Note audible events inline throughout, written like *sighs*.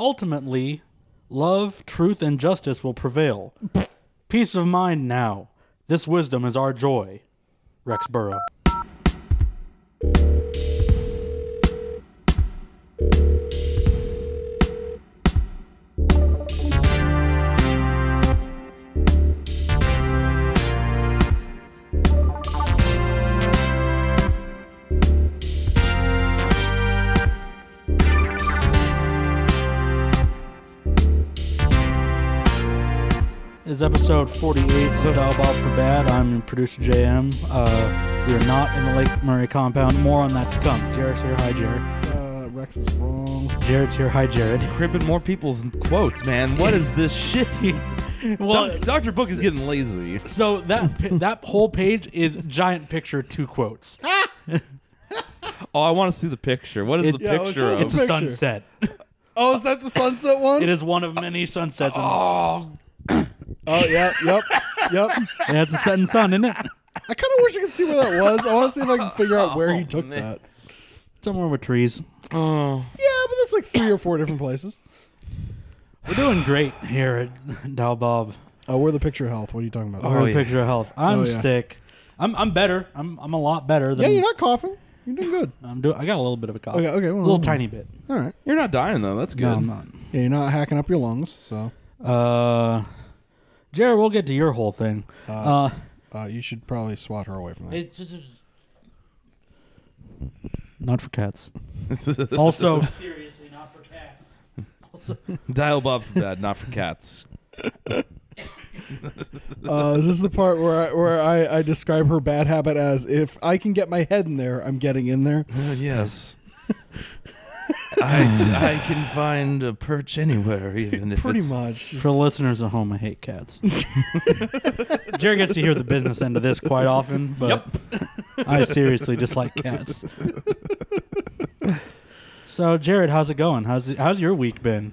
Ultimately, love, truth, and justice will prevail. Peace of mind now. This wisdom is our joy. Rex Burrow. This is episode 48 of Dial Bob for Bad. I'm producer JM. Uh, we are not in the Lake Murray compound. More on that to come. Jared's here. Hi, Jared. Uh, Rex is wrong. Jared's here. Hi, Jared. *laughs* cribbing more people's quotes, man. What is this shit? well, Doctor Book is getting lazy. so that pi- that whole page is giant picture, two quotes. Oh, I want to see the picture. What is the Yeah, I was picture just- of? It's a Picture. sunset. *laughs* Oh, is that the sunset one? It is one of many sunsets. In this. Oh, yeah, yep, yep. I Yeah, it's a setting sun, isn't it? kind of wish I could see where that was. I want to see if I can *laughs* figure out where he Oh, took man. that. Somewhere with trees. Oh, Yeah, but that's like three or four different places. We're doing great here at Dow Bob. Oh, we're the picture health. What are you talking about? We're Oh, a yeah. picture of health. I'm Oh, yeah. sick. I'm I'm better. I'm I'm a lot better yeah, than you're not coughing. You're doing good. I'm doing. I got a little bit of a cough. Okay, okay, well, um, a little I'm- tiny bit. All right. you're not dying though. That's good. No, I'm not. Yeah, you're not hacking up your lungs, so Uh, Jared, we'll get to your whole thing. Uh, uh, you should probably swat her away *laughs* from that. not for *laughs* cats. also, seriously, not for cats. Dial Bob for that, not for cats. Uh, is this the part where I, where I, I describe her bad habit as if I can get my head in there, I'm getting in there? Oh, yes. *laughs* I, I can find a perch anywhere, even if Pretty it's- much. For listeners at home, I hate cats. *laughs* Jared gets to hear the business end of this quite often, but I seriously dislike cats. so, Jared, how's it going? How's it, how's your week been?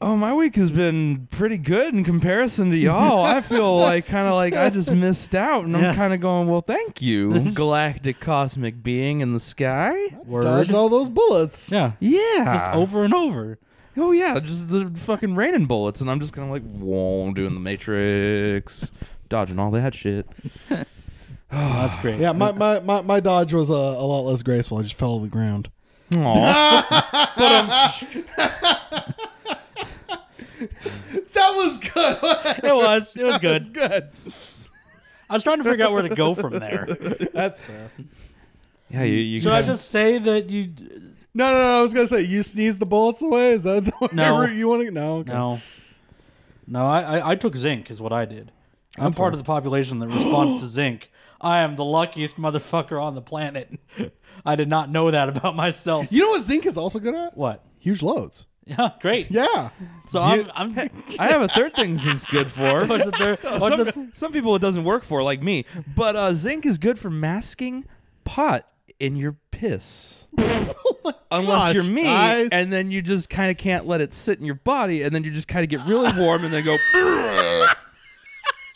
Oh, my week has been pretty good in comparison to y'all. I feel like kind of like I just missed out, and Yeah. I'm kind of going, well, thank you, galactic cosmic being in the sky. Dodging all those bullets. Yeah. Yeah, Just over and over. Oh yeah, just the fucking raining bullets, and I'm just kind of like, whoa, doing the Matrix, dodging all that shit. Oh, that's great. Yeah, my, my, my, my dodge was uh, a lot less graceful. I just fell to the ground. *laughs* Aw. That was good. *laughs* that it was. It was good. was good. I was trying to figure out where to go from there. That's fair. yeah, you. you Should I just say that you? No, no, no. I was gonna say you sneeze the bullets away. Is that the way No. route you want to? No, okay. No, no. I I, I took zinc is what I did. I'm That's part right. of the population that responds *gasps* to zinc. I am the luckiest motherfucker on the planet. *laughs* I did not know that about *laughs* myself. You know what zinc is also good at? What? Huge loads. Yeah, great. *laughs* Yeah. So you- I'm. *laughs* I'm I have a third thing zinc's good for. *laughs* what's it there? What's it *laughs* some, some people it doesn't work for, like me. But uh, zinc is good for masking pot in your *laughs* piss. Oh Unless gosh, you're me, guys. and then you just kind of can't let it sit in your body, and then you just kind of get really warm, and then go, *laughs*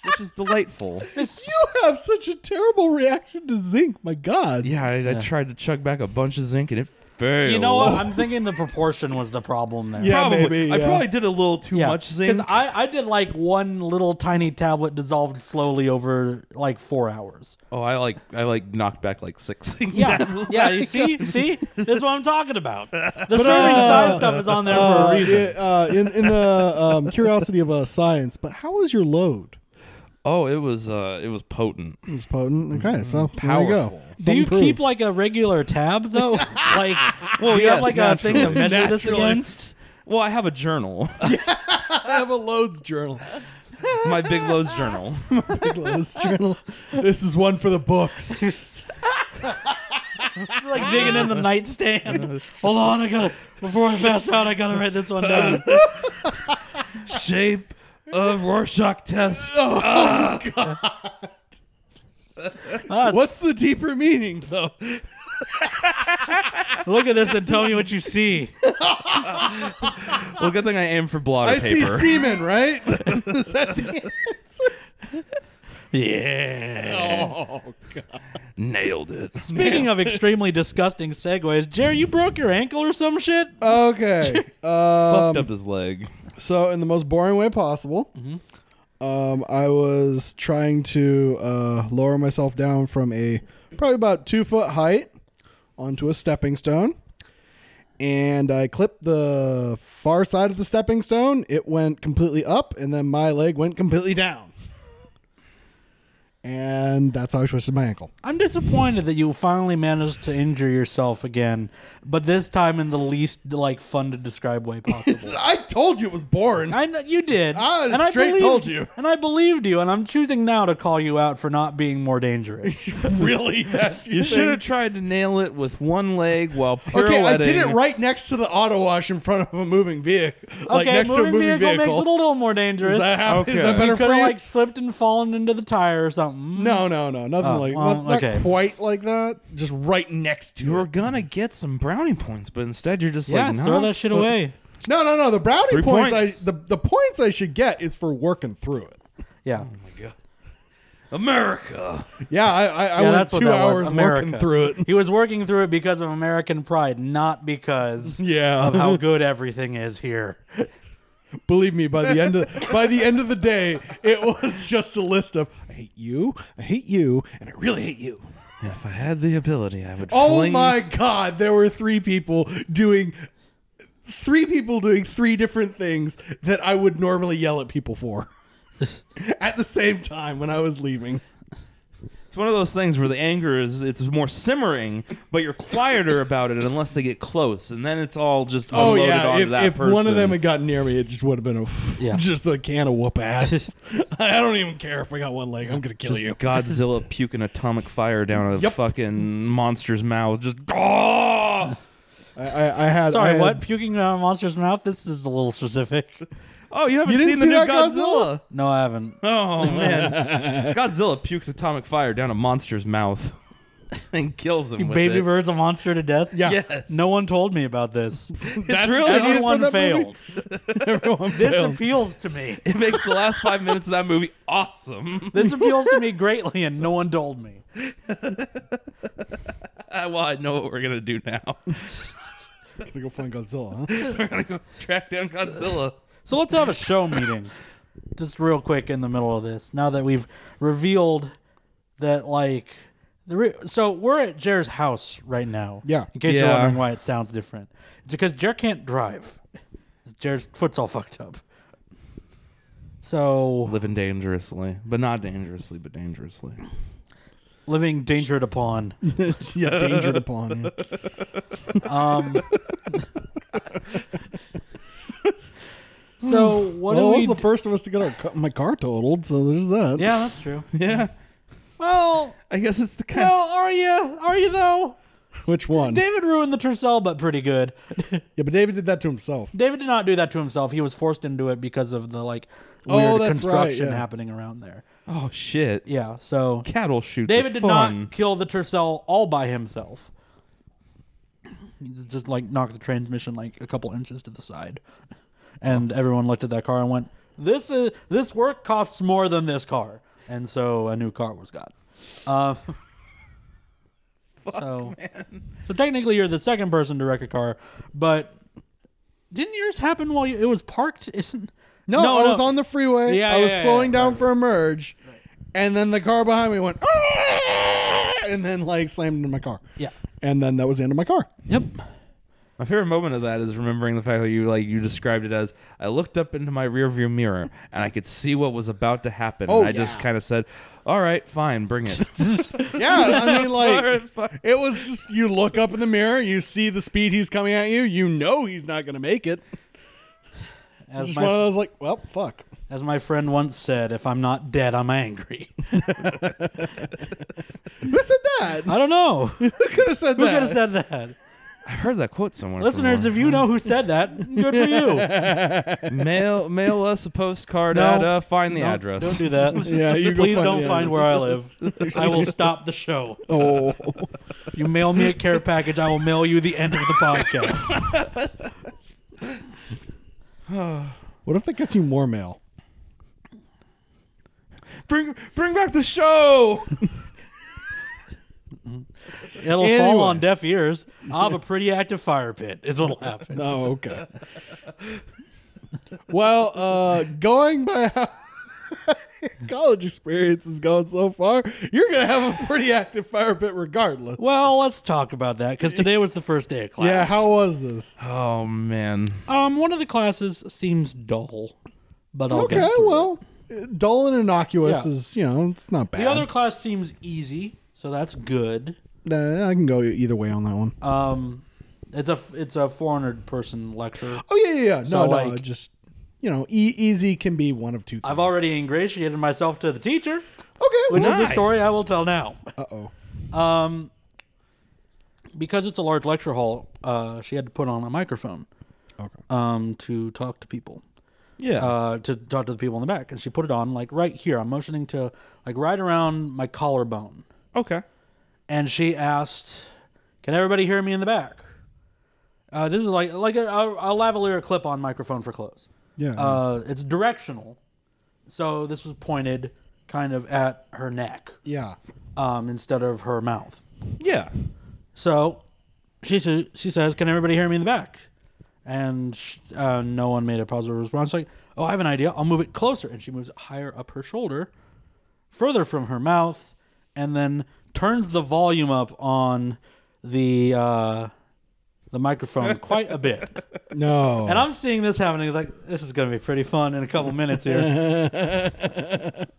which is delightful. You have such a terrible reaction to zinc. My God. Yeah, I, I tried to chug back a bunch of zinc and it failed. Oh, you know what? I'm thinking the proportion was the problem there. Yeah, probably. maybe, I yeah. probably did a little too much zinc. Because I, I did like one little tiny tablet dissolved slowly over like four hours. oh, I like I like knocked back like six *laughs* zinc. *laughs* Yeah, yeah. You see, see, this is what I'm talking about. The serving uh, size stuff is on there for Uh, a reason. it- uh, in in the um, curiosity of uh, science, but how was your load? Oh, it was uh, it was potent. It was potent. Okay, so there you Powerful. go. Do you Something keep proved. like a regular tab *laughs* though? like, well, you yes, have like a thing to naturally. measure this Naturally. against. Well, I have a journal, *laughs* I have a loads journal. my big loads journal. Big *laughs* loads journal. This is one for the books. *laughs* It's like digging in the nightstand. Hold on, I gotta before I pass out, I gotta write this one *laughs* down. Shape of Rorschach test. Us, What's the deeper meaning, though? Look at this and tell me what you see. Well, Oh, good thing I aim for blotter I see paper. semen, right? Is that the answer? Yeah. Oh, God. Nailed it. Speaking of extremely disgusting segues, Jerry, you broke your ankle or some shit? Okay. um, Fucked up his leg. So, in the most boring way possible, um, I was trying to uh, lower myself down from a probably about two foot height onto a stepping stone. And I clipped the far side of the stepping stone. It went completely up, and then my leg went completely down. And that's how I twisted my ankle. I'm disappointed that you finally managed to injure yourself again, but this time in the least like fun to describe way possible. *laughs* I told you it *laughs* was boring. I know, you did. I straight believed- told you. And I believed you, and I'm choosing now to call you out for not being more dangerous. really? That's your You thing? should have tried to nail it with one leg while pirouetting. Okay, I did it right next to the auto wash in front of a moving vehicle. like okay, next moving, to a moving vehicle, makes it a little more dangerous. Is that, how, is Okay. that You better Could for have you? like slipped and fallen into the tire or something. Mm. no, no, no, nothing Oh, like well, not, not okay. quite like that. Just right next to You were it. gonna get some brownie points, but instead you're just Yeah, like, no, throw that shit fuck- away. No, no, no. The brownie Three points, points. I the, the points I should get is for working through it. Yeah. America. Yeah, I I, Yeah, I went that's what two that hours was. America. working through it. *laughs* He was working through it because of American pride, not because *laughs* Yeah. of how good everything is here. Believe me, by the end of by the end of the day, it was just a list of I hate you, I hate you, and I really hate you. If I had the ability, I would. Oh fling my god, there were three people doing three people doing three different things that I would normally yell at people *laughs* for. at the same time when I was leaving. It's one of those things where the anger is it's more simmering, but you're quieter about it unless they get close, and then it's all just Oh unloaded yeah, onto if, that if person. one of them had gotten near me, it just would have been a *laughs* Yeah. just a can of whoop *laughs* ass. I don't even care if I got one leg. I'm gonna kill you. *laughs* Godzilla puking atomic fire down a Yep. fucking monster's mouth, just "Gah!" I, I, I had I Sorry, had- what? Puking out of a monster's mouth? This is a little specific. Oh, you haven't You seen didn't the new see that Godzilla? Godzilla? No, I haven't. *laughs* Oh man, Godzilla pukes atomic fire down a monster's mouth *laughs* and kills him. with Baby it. Bird's a monster to death? Yeah. Yes. No one told me about *laughs* this. It's really Everyone that movie? failed. *laughs* Everyone This failed. appeals to me. *laughs* It makes the last five minutes of that movie awesome. This appeals to me greatly, and no one told me. *laughs* Uh, well, I know what we're gonna do now. *laughs* Gotta go find Godzilla, huh? we're gonna go track down Godzilla. So let's have a show meeting. Just real quick in the middle of this. Now that we've revealed that, like, the re- so we're at Jer's house right now. Yeah. In case you're Yeah. wondering why it sounds different, it's because Jer can't drive. Jer's foot's all fucked up. So Living dangerously, but not dangerously, but dangerously. living dangered upon. *laughs* yeah, dangered upon. yeah. Um. *laughs* so what well, I do was we? the d- first of us to get our, ca- my car totaled, so there's that. yeah, that's true. *laughs* Yeah, Well, I guess it's the kind. well, are you? Are you though? *laughs* Which one? David ruined the Tercel, but pretty good. *laughs* yeah, but David did that to himself. David did not do that to himself. He was forced into it because of the like Oh, weird that's right, construction yeah. happening around there. oh shit! Yeah, so Cattle shoots. David are did fun. not kill the Tercel all by himself. He Just like knocked the transmission like a couple inches to the side, and everyone looked at that car and went, "This is this work costs more than this car," and so a new car was got. Uh, so, so technically, you're the second person to wreck a car, but didn't yours happen while you, it was parked? Isn't No, I was on the freeway. Yeah, I was yeah, yeah, slowing down for a merge, and then the car behind me went, "Ah!" and then like slammed into my car. Yeah. And then that was the end of my car. Yep. My favorite moment of that is remembering the fact that you like you described it as I looked up into my rearview mirror *laughs* and I could see what was about to happen, Oh, and I just yeah. kind of said, "All right, fine, bring *laughs* it." Yeah, I mean All right, like fine. it was just you look up in the mirror, you see the speed he's coming at you, you know he's not going to make it. It's As just one of my, those like, well, fuck. as my friend once said, "If I'm not dead, I'm angry." *laughs* Who said *laughs* that? I don't know. Who Who could have said could have that? said that? I heard that quote somewhere. from Listeners, one. if you know who said that, good for you. *laughs* mail mail us a postcard No. at uh, find the Don't- address. *laughs* Don't do that. *laughs* Yeah, you go Please find don't the find address. where I live. I will stop the show. oh. *laughs* If you mail me a care package, I will mail you the end of the podcast. What if that gets you more mail? *laughs* Bring bring back the show. It'll fall Anyway. on deaf ears. I'll have a pretty active fire pit. Is what'll happen. Oh, okay. well, uh, going by how *laughs* college experience is going so far, you're gonna have a pretty active fire pit regardless. Well, let's talk about that because today was the first day of class. Yeah, how was this? Oh man. Um, one of the classes seems dull, but I'll Okay, get through it. well, dull and innocuous Yeah. is you know it's not bad. The other class seems easy, so that's good. Nah, I can go e-, either way on that one. Um, it's a it's a 400 person lecture. oh yeah, yeah, yeah. No, so, no, like- just you know, e- easy can be one of two things. I've already ingratiated myself to the teacher, okay, which well, is the Nice. story I will tell now. uh oh, Because it's a large lecture hall, uh, she had to put on a microphone okay, um, to talk to people. Yeah. uh, to talk to the people in the back, and she put it on like right here. I'm motioning to like right around my collarbone, okay. and she asked, "Can everybody hear me in the back?" Uh, this is like like a, a, a lavalier clip on microphone for clothes. yeah, Uh, it's directional, so this was pointed kind of at her neck yeah. um, instead of her mouth. Yeah. So she sa- she says, "Can everybody hear me in the back?" And sh- uh, no one made a positive response. Like, "Oh, I have an idea. I'll move it closer." And she moves it higher up her shoulder, further from her mouth, and then turns the volume up on the uh, the microphone quite a bit. No, And I'm seeing this happening. It's like this is going to be pretty fun in a couple minutes here.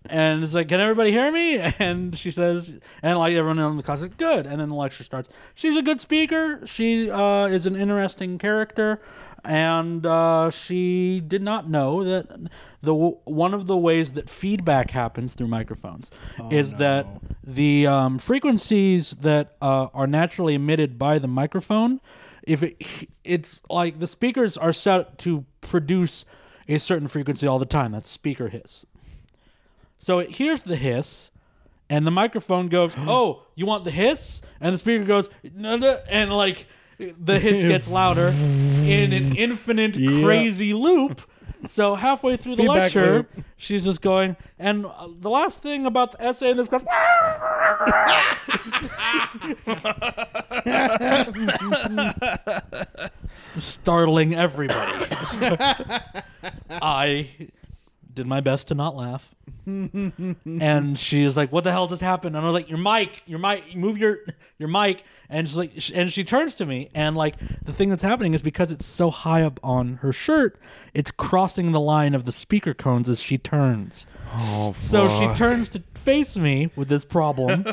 and it's like, can everybody hear me? *laughs* And she says, and like everyone in the class, is like, good. And then the lecture starts. She's a good speaker. She uh, is an interesting character, and uh, she did not know that the one of the ways that feedback happens through microphones is that the um, frequencies that uh, are naturally emitted by the microphone if it it's like the speakers are set to produce a certain frequency all the time that's speaker hiss so it hears the hiss and the microphone *gasps* goes oh you want the hiss and the speaker goes no no and like the hiss *laughs* gets louder in an infinite crazy loop so halfway through the Feedback lecture loop. she's just going and uh, the last thing about the essay in this class *laughs* startling everybody. *laughs* I did my best to not laugh. and she was like, "What the hell just happened?" And I was like, "Your mic, your mic, move your *laughs* your mic." And she's like, sh- and she turns to me, and like the thing that's happening is because it's so high up on her shirt, it's crossing the line of the speaker cones as she turns. Oh. So she turns to face me with this problem,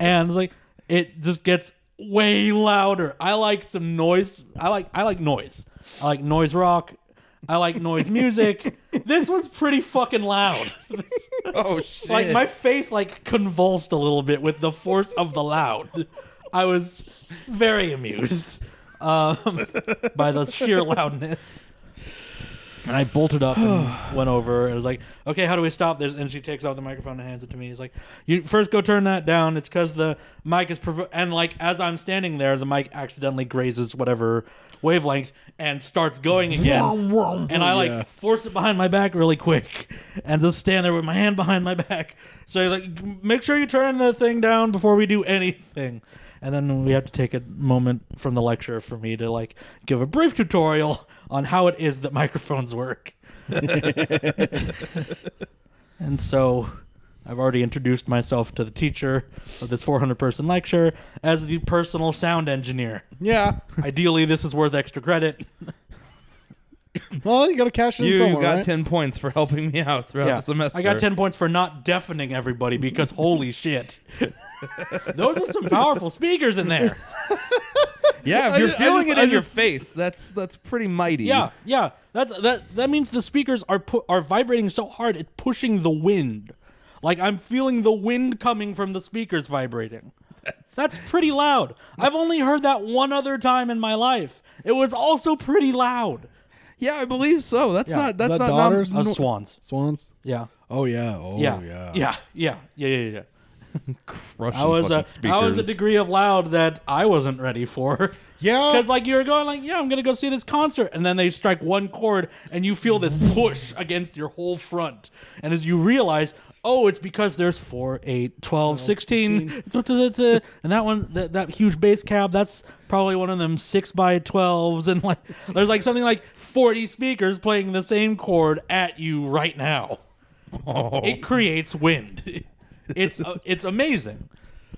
and like it just gets way louder. I like some noise. I like I like noise. I like noise rock. I like noise music. this was pretty fucking loud. *laughs* Oh *laughs* shit. like my face like convulsed a little bit with the force of the loud. I was very amused um, *laughs* by the sheer loudness. And I bolted up and went over and was like, "Okay, how do we stop this?" And she takes off the microphone and hands it to me. He's like, "You first go turn that down. It's because the mic is provo-. and like as I'm standing there, the mic accidentally grazes whatever wavelength and starts going *laughs* again. and I like Oh, Yeah. force it behind my back really quick and just stand there with my hand behind my back. So you're like, make sure you turn the thing down before we do anything. And then we have to take a moment from the lecture for me to like give a brief tutorial on how it is that microphones work. and so I've already introduced myself to the teacher of this 400 person lecture as the personal sound engineer. yeah. Ideally, this is worth extra credit. Well, you got to cash it you in somewhere. got right? ten points for helping me out throughout the semester. I got 10 points for not deafening everybody because holy shit. Those were some powerful speakers in there. Yeah, if I you're just- I feeling just- it I in your just- face, that's that's pretty mighty. Yeah, yeah. That's that that means the speakers are pu- are vibrating so hard it's pushing the wind. Like I'm feeling the wind coming from the speakers vibrating. That's pretty loud. I've only heard that one other time in my life. It was also pretty loud. Yeah, I believe so. That's Yeah. not that's Is that not not- daughters? Uh, swans. Swans. Yeah. Oh yeah. Oh Yeah. yeah. yeah. Yeah. Yeah. Yeah. Yeah. Yeah. crushing I was fucking a I was a speakers. degree of loud that I wasn't ready for. Yeah. because like you were going like, yeah, I'm gonna go see this concert, and then they strike one chord, and you feel this push against your whole front, and as you realize, oh, it's because there's 4, 8, 12, 16. *laughs* And that one, that, that huge base cab, that's probably one of them 6 by 12s. And like, there's like something like 40 speakers playing the same chord at you right now. Oh. It creates wind. *laughs* It's, uh, it's amazing.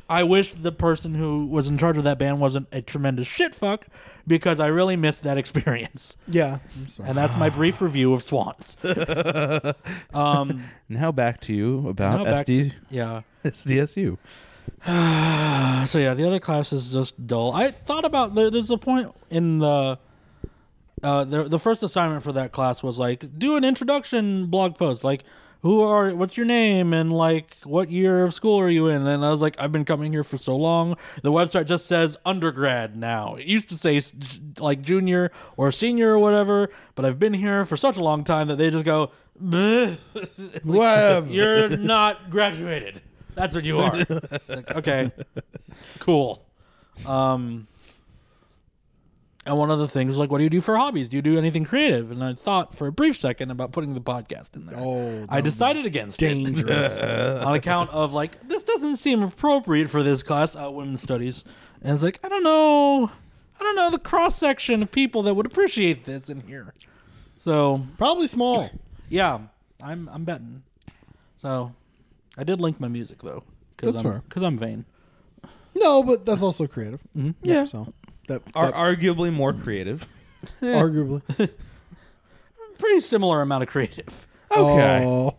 I wish the person who was in charge of that band wasn't a tremendous shitfuck because I really missed that *laughs* experience. Yeah. I'm sorry. And that's my brief review of Swans. Now back to you about Now back SD, *laughs* to- yeah. SDSU. *sighs* So yeah, the other class is just dull. I thought about there, there's a point in the uh the the first assignment for that class was like do an introduction blog post like who are what's your name and like what year of school are you in and I was like I've been coming here for so long the website just says undergrad now it used to say s- j- like junior or senior or whatever but I've been here for such a long time that they just go "Bleh." *laughs* *laughs* *laughs* Whatever. You're not graduated. That's what you are. It's like, okay, cool. Um, and one of the things, like, what do you do for hobbies? Do you do anything creative? And I thought for a brief second about putting the podcast in there. Oh, I decided against it dangerous. *laughs* *laughs* on account of like this doesn't seem appropriate for this class, uh, women's studies. And it's like I don't know, I don't know the cross section of people that would appreciate this in here. So Probably small. yeah, I'm I'm betting. So, I did link my music though, because That's I'm fair. because I'm vain. No, but that's also creative. Yeah, So that, that are arguably more creative. arguably. Pretty similar amount of *laughs* creative. *laughs* Okay. Oh,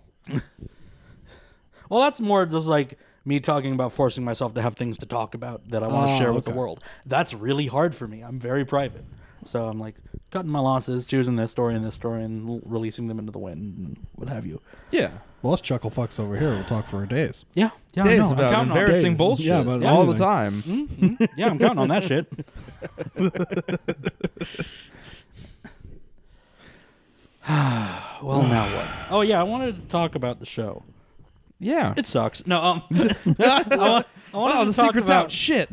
Well, that's more just like me talking about forcing myself to have things to talk about that I want to Ah, share with the okay. world. That's really hard for me. I'm very private, so I'm like cutting my losses, choosing this story and this story, and l- releasing them into the wind and what have you. Yeah. well, us chuckle fucks over here. We'll talk for days. Yeah, yeah, I Days know. I'm about counting on Hmm? it. embarrassing Days. bullshit Yeah, about all the anything. time. yeah, I'm counting on that shit. well, now what? *sighs* Oh yeah, I wanted to talk about the show. Yeah. It sucks. No, um, I, want, I wanted oh, to the talk secret's about. out. Shit.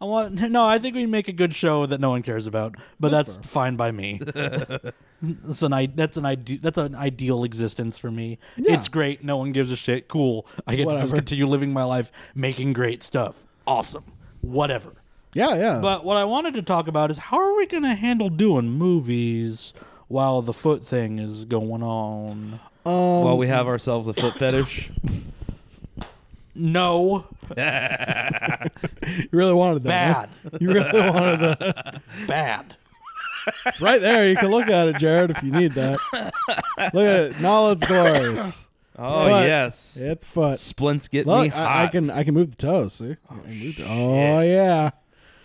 I want no. I think we make a good show that no one cares about, but that's, fine by me. that's an I. That's an ide- That's an ideal existence for me. Yeah. It's great. No one gives a shit. Cool. I get to just Whatever. continue living my life, making great stuff. Awesome. Whatever. Yeah, yeah. But what I wanted to talk about is how are we going to handle doing movies while the foot thing is going on? Um, well, we have ourselves a foot *laughs* fetish. *laughs* No, you really wanted bad, that. huh? You *laughs* really wanted that. bad. It's right there. You can look at it, Jared, if you need that. Look at it. Knowledge glory. It's, Oh But- yes. it's foot. Splints get me Look, hot. I, I can I can move the toes. See? Oh, oh shit. yeah.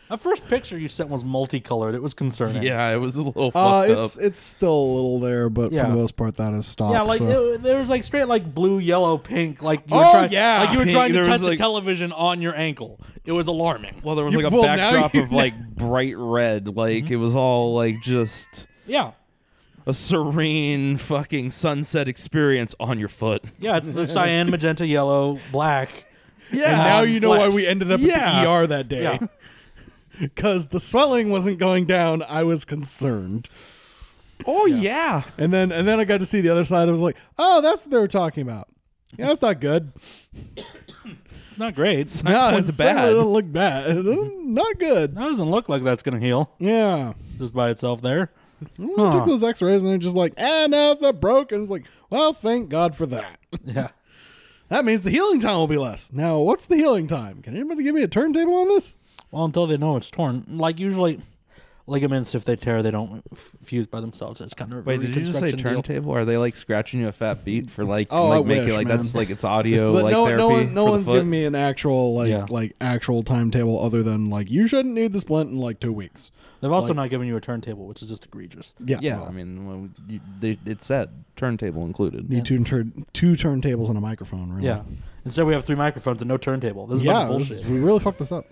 The first picture you sent was multicolored. It was concerning. Yeah, it was a little Uh, fucked it's up. it's still a little there, but Yeah. for the most part, that has stopped. Yeah, like so. it- there was like straight like blue, yellow, pink. Like you were Oh, trying, yeah. like you were Pink, trying to there touch was, the like- television on your ankle. It was alarming. Well, there was You- like a well, now backdrop you Mm-hmm. of know. *laughs* like bright red. Like it was all like just Yeah, a serene fucking sunset experience on your foot. yeah. It's the *laughs* cyan, magenta, yellow, black. Yeah. And now on you know why flesh. we ended up Yeah. at the ER that day Yeah. *laughs* because the swelling wasn't going down. I was concerned, oh yeah. and then and then I got to see the other side. I was like, oh, that's what they were talking about. Yeah, that's not good. It's not great. No, one's it's bad. It doesn't look bad. *laughs* It doesn't- not good. That doesn't look like that's gonna heal Yeah. just by itself. There. I Huh. took those X-rays and they're just like, ah, no, it's not broken. It's like, well, thank God for that. Yeah. That means the healing time will be less. Now, what's the healing time? Can anybody give me a turntable on this? Well, until they know it's torn. Like usually, ligaments if they tear, they don't f- fuse by themselves. It's kind of a Wait, did you just say reconstruction deal. turntable? Are they like scratching you a fat beat for like Oh, like I making wish, like man. that's like it's audio but like no, therapy? no one, no for the one's foot? giving me an actual like Yeah. like actual timetable other than like you shouldn't need the splint in like two weeks. They've also not given you a turntable, which is just egregious. Yeah, Yeah, well, I mean, well, you, they, it said turntable included. need two turn two turntables and a microphone. Really. Yeah. Instead, we have three microphones and no turntable. This is a yeah, bunch of this- bullshit. we really fucked this up.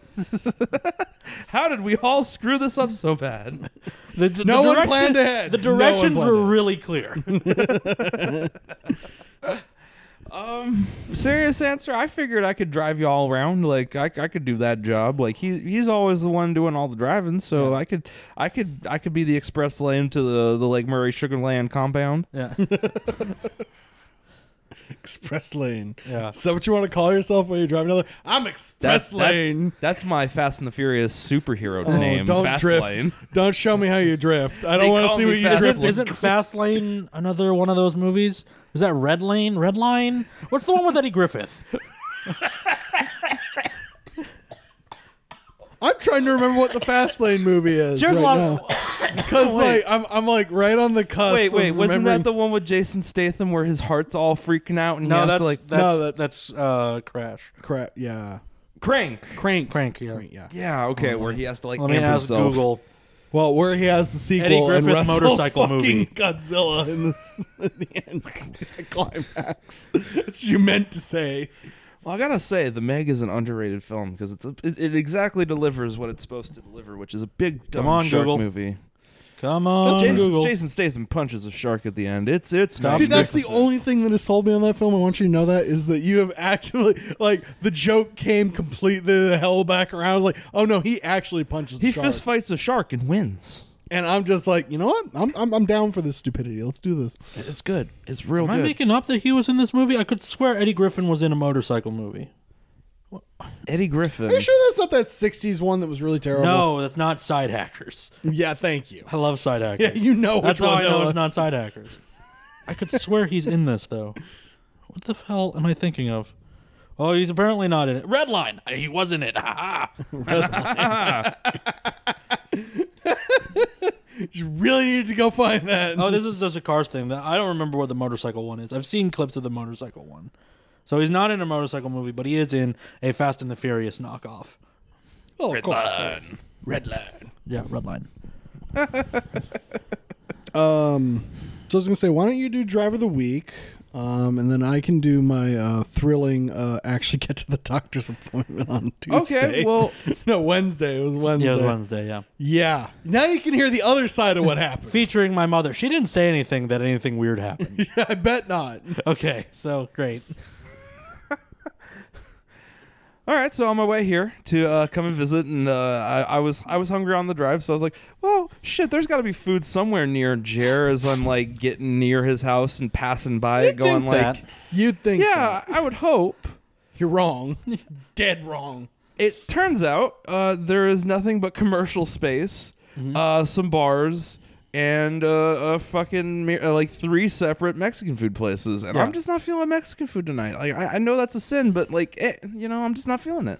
How did we all screw this up so bad? The, the, No the one direction- planned ahead. The No one directions planned were ahead. really *laughs* clear. Um, serious answer. I figured I could drive y'all around. Like I, I could do that job. Like he, he's always the one doing all the driving. So I could, I could, I could be the express lane to the the Lake Murray Sugar Land compound. yeah. *laughs* express lane. Yeah. Is that what you want to call yourself when you drive another? I'm express That's, lane. that's that's my Fast and the Furious superhero Oh, name. Oh, don't Fast drift. Lane. *laughs* Don't show me how you drift. I don't They want to call see me what you fast. drift. Isn't, isn't Fastlane another one of those movies? Is that Red Lane? Red Line? What's the one with Eddie *laughs* Griffith? I'm trying to remember what the fast lane movie is There's a lot of- right *laughs* now. Because like I'm, I'm like right on the cusp. Wait, wait, of wasn't remembering- that the one with Jason Statham where his heart's all freaking out and he no, has that's to like that's that- that's uh, Crash. crap? Yeah, crank? Crank, crank, yeah. yeah. Yeah, okay, where he has to like Let me amp ask himself. Google. Well, where he has the sequel Eddie and Griffith wrestle motorcycle fucking movie. Godzilla in the, in the end *laughs* climax. That's what you meant to say. Well, I gotta say, The Meg is an underrated film because it's a, it, it exactly delivers what it's supposed to deliver, which is a big dumb Come on, shark Google. movie. Come on, Jason, Google. Jason Statham punches a shark at the end. It's it's Stop See, that's the magnificent. only thing that has sold me on that film. I want you to know that is that you have actually like the joke came completely the hell back around. I was like, oh no, he actually punches. He the shark. fist fights a shark and wins. and I'm just like, you know what? I'm, I'm I'm down for this stupidity. Let's do this. It's good. It's real Am I good. making up that he was in this movie? I could swear Eddie Griffin was in a motorcycle movie. Eddie Griffin. Are you sure that's not that '60s one that was really terrible? No, that's not Side Hackers. *laughs* Yeah, thank you. *laughs* I love Side Hackers. Yeah, you know That's which how one I know that it's was. not side hackers. I could swear he's in this though. What the hell am I thinking of? Oh, he's apparently not in it. Redline. He was in it. Ha ha. You really need to go find that. Oh, this is just a cars thing. That I don't remember what the motorcycle one is. I've seen clips of the motorcycle one. So he's not in a motorcycle movie, but he is in a Fast and the Furious knockoff. Oh, of course. Yeah, Redline. Um, so I was gonna say, why don't you do driver of the week, um, and then I can do my uh, thrilling uh, actually *laughs* get to the doctor's appointment on Tuesday. *laughs* Okay, well, no Wednesday. It was Wednesday. Yeah, it was Wednesday. Yeah, Yeah. Now you can hear the other *laughs* side of what happened. featuring my mother. She didn't say anything that anything weird *laughs* happened. Yeah, *laughs* I bet not. okay, so great. all right. So on my way here to uh, come and visit, and uh, I, I was I was hungry on the drive, so I was like, "Well, shit, there's got to be food somewhere near Jer." As I'm like getting near his house and passing by it, You'd going think like, that. You'd think. "Yeah, I would hope." that. *laughs* You're wrong. Dead wrong. It turns out uh, there is nothing but commercial space, Mm-hmm. uh, some bars, and uh, a fucking mi- uh, like three separate Mexican food places. And Yeah. I'm just not feeling Mexican food tonight. Like I, I know that's a sin, but like eh, you know, I'm just not feeling it.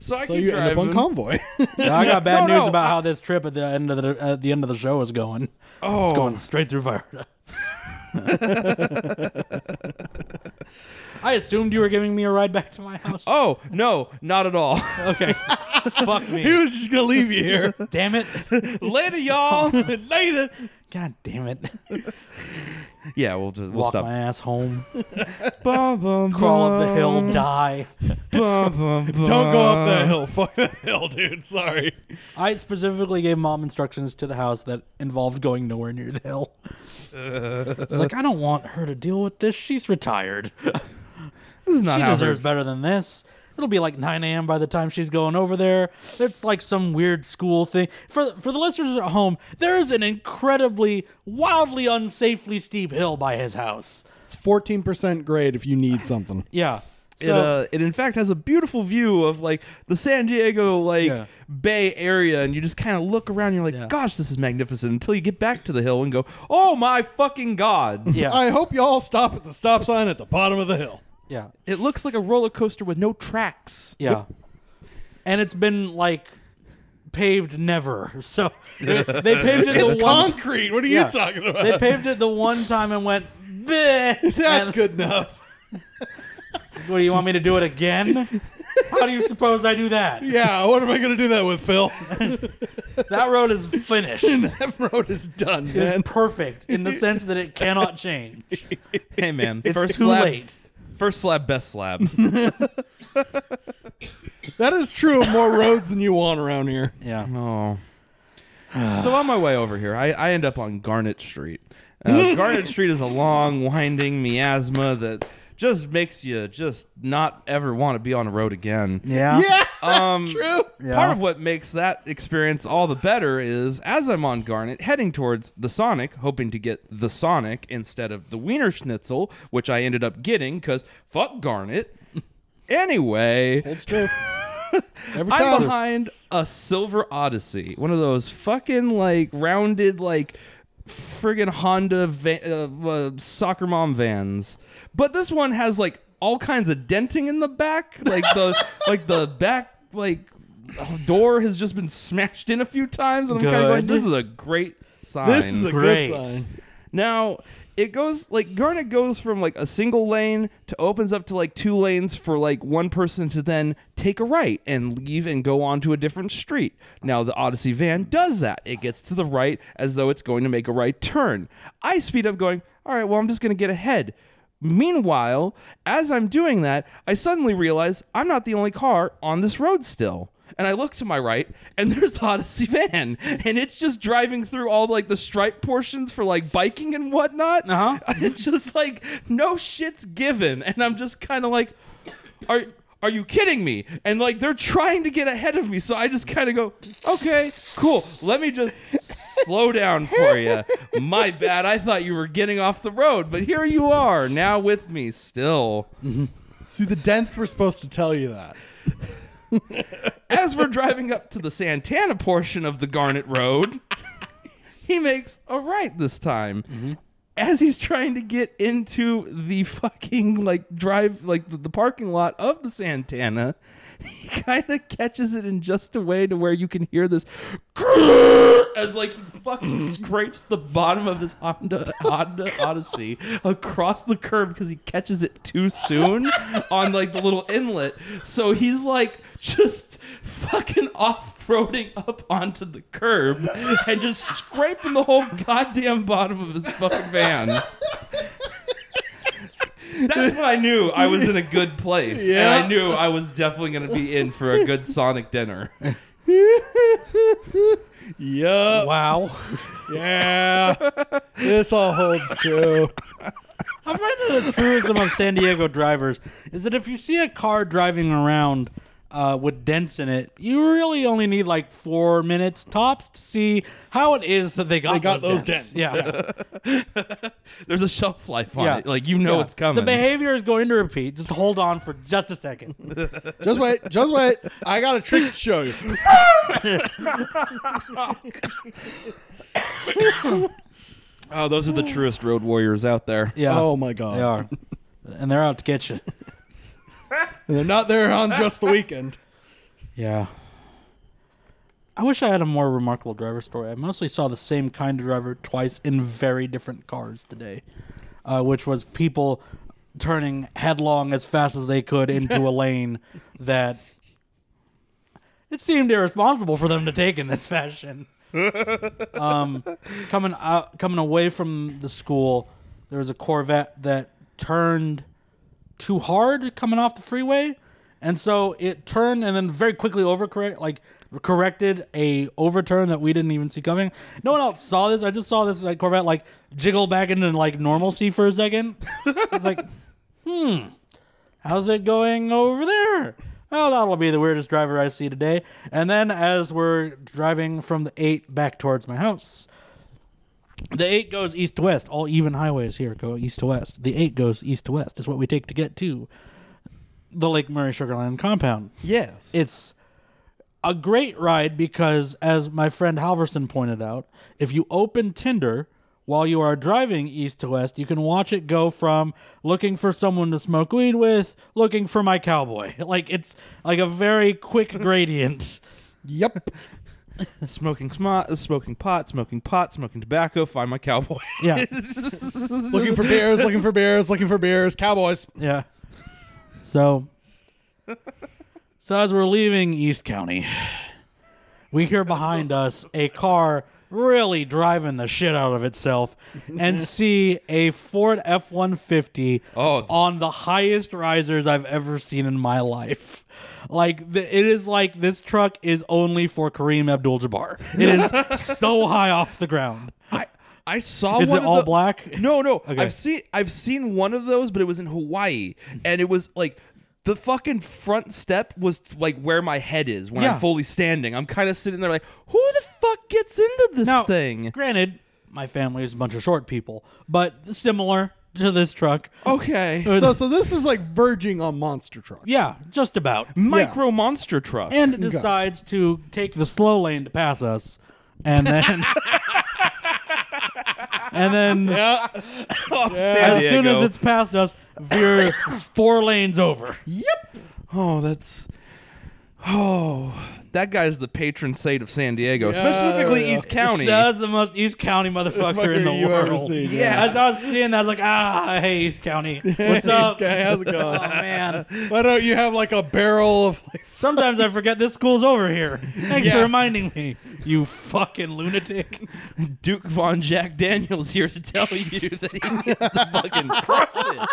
So I So keep you driving. end up on convoy. *laughs* Now, I got bad No, news no, about I- how this trip at the end of the at the end of the show is going. oh, It's going straight through *laughs* Florida. I assumed you were giving me a ride back to my *laughs* house. oh no, not at all. *laughs* Okay. Fuck he me. was just gonna leave you here. Damn it. Later, y'all. Later. God damn it. *laughs* yeah, we'll just we'll Walk stop. my ass home. Bum, bum, Crawl up the hill. bum, Die. *laughs* bum, bum, Don't go up that bum. hill. *laughs* Fuck that hill, dude. Sorry. I specifically gave mom instructions to the house that involved going nowhere near the *laughs* hill. It's like I don't want her to deal with this. She's retired. This is not she how deserves better than this. It'll be like 9 a.m. by the time she's going over there. It's like some weird school thing. For for the listeners at home, there is an incredibly, wildly unsafely steep hill by his house. It's fourteen percent grade if you need something. Yeah. it, So uh, it in fact has a beautiful view of like the San Diego like Yeah. Bay Area, and you just kind of look around. And you're like, Yeah. gosh, this is magnificent. Until you get back to the hill and go, oh my fucking god! yeah, I hope y'all stop at the stop sign at the bottom of the hill. yeah, it looks like a roller coaster with no tracks. yeah. And it's been like paved never. *laughs* So they, they paved it It's the one. concrete. What are Yeah. you talking about? They paved it the one time and went. Bleh. *laughs* That's And- good enough. What do you want me to do it again? How do you suppose I do that? *laughs* Yeah, what am I gonna do that with, *laughs* Phil? That road is finished. that road is done, is man. perfect in *laughs* the sense that it cannot change. Hey man, It's first too slab, late. first slab, best slab. That is true of more roads than you want around here. Yeah. oh. so on my way over here, I, I *laughs* end up on Garnet Street. Uh, Garnet Street is a long, winding miasma that just makes you just not ever want to be on a road again. Yeah. *laughs* Yeah, that's Um, true. Yeah. Part of what makes that experience all the better is as I'm on Garnet, heading towards the Sonic, hoping to get the Sonic instead of the Wiener Schnitzel, which I ended up getting because fuck Garnet. *laughs* Anyway, It's *laughs* true. Every I'm time. behind a Silver Odyssey, one of those fucking like rounded like friggin' Honda va- uh, uh, soccer mom vans. But this one has like all kinds of denting in the back, like *laughs* the like the back like door has just been smashed in a few times, and I'm kind of like, Good. this is a great sign. This is a Great. good sign. Now it goes like Garnet goes from like a single lane to opens up to like two lanes for like one person to then take a right and leave and go on to a different street. Now the Odyssey van does that. It gets to the right as though it's going to make a right turn. I speed up going, all right, well I'm just gonna get ahead. Meanwhile, as I'm doing that, I suddenly realize I'm not the only car on this road still. And I look to my right, and *laughs* there's the Odyssey van, and it's just driving through all like the stripe portions for like biking and whatnot. *laughs* Uh-huh. It's just like no shit's given, and I'm just kind of like, are are you kidding me? And like they're trying to get ahead of me, so I just kind of go, okay, cool. Let me just slow down for you. My bad. I thought you were getting off the road, but here you are now with me still. See, the dents were supposed to tell you that. as we're driving up to the Santana portion of the Garnet Road, he makes a right this time. As he's trying to get into the fucking like drive, like the, the parking lot of the Santana, he kind of catches it in just a way to where you can hear this as like he fucking scrapes the bottom of his Honda Honda Odyssey across the curb because he catches it too soon on like the little inlet. So he's like just fucking off-roading up onto the curb and just scraping the whole goddamn bottom of his fucking van. That's when I knew I was in a good place. And Yeah. I knew I was definitely going to be in for a good Sonic dinner. *laughs* Yup. *laughs* Wow. Yeah. this all holds true. I find that the truism of San Diego drivers is that if you see a car driving around uh, with dents in it, you really only need like four minutes tops to see how it is that they got, They got those dents, *laughs* Yeah. There's a shelf life on Yeah. it. Like, you know Yeah. it's coming. The behavior is going to repeat. Just hold on for just a second. Just wait. Just wait. I got a trick to show you. oh, those are the truest road warriors out there. Yeah. Oh my god. They *laughs* are. And they're out to get you. And they're not there on just the weekend. Yeah. I wish I had a more remarkable driver story. I mostly saw the same kind of driver twice in very different cars today, uh, which was people turning headlong as fast as they could into a lane that it seemed irresponsible for them to take in this fashion. um, coming out, coming away from the school, there was a Corvette that turned too hard coming off the freeway, and so it turned and then very quickly overcorrect like corrected a overturn that we didn't even see coming. No one else saw this. I just saw this like Corvette like jiggle back into like normalcy for a second. It's like, hmm, how's it going over there? Oh, that'll be the weirdest driver I see today. And then as we're driving from the eight back towards my house, the eight goes east to west. All even highways here go east to west. The eight goes east to west is what we take to get to the Lake Murray Sugarland compound. Yes. It's a great ride because, as my friend Halverson pointed out, if you open Tinder while you are driving east to west, you can watch it go from looking for someone to smoke weed with, looking for my cowboy. *laughs* Like it's like a very quick gradient. Yep. smoking smot, smoking pot, smoking pot, smoking tobacco, find my cowboy. *laughs* Yeah. Looking for bears. Looking for bears. Looking for bears. Cowboys. Yeah. So, so as we're leaving East County, we hear behind us a car really driving the shit out of itself and see a Ford F 150 Oh. on the highest risers I've ever seen in my life. Like, the, it is like this truck is only for Kareem Abdul Jabbar. It is so high off the ground. I, I saw Is one it of all the- black? No, no. Okay. I've seen I've seen one of those, but it was in Hawaii, and it was like the fucking front step was like where my head is when Yeah. I'm fully standing. I'm kind of sitting there like, who the fuck gets into this Now, *laughs* thing? Granted, my family is a bunch of short people, but similar to this truck. Okay. So, so this is like verging on monster truck. Yeah, just about. Micro monster truck. And it decides to take the slow lane to pass us, and *laughs* then. and then oh, as soon as it's past us, veer four lanes over. oh, that's oh, that guy's the patron saint of San Diego, specifically yeah. East County. That's the most East County motherfucker in the Motherfucker you ever world. seen, yeah. As I was seeing that, I was like, ah, hey, East *laughs* County. What's Hey, up? Sky, how's it Oh, going? man. Why don't you have like a barrel of like, Sometimes I forget this school's over here. Thanks for Yeah. reminding me, you fucking lunatic. Duke Von Jack Daniels here to tell you that he needs to fucking crush it.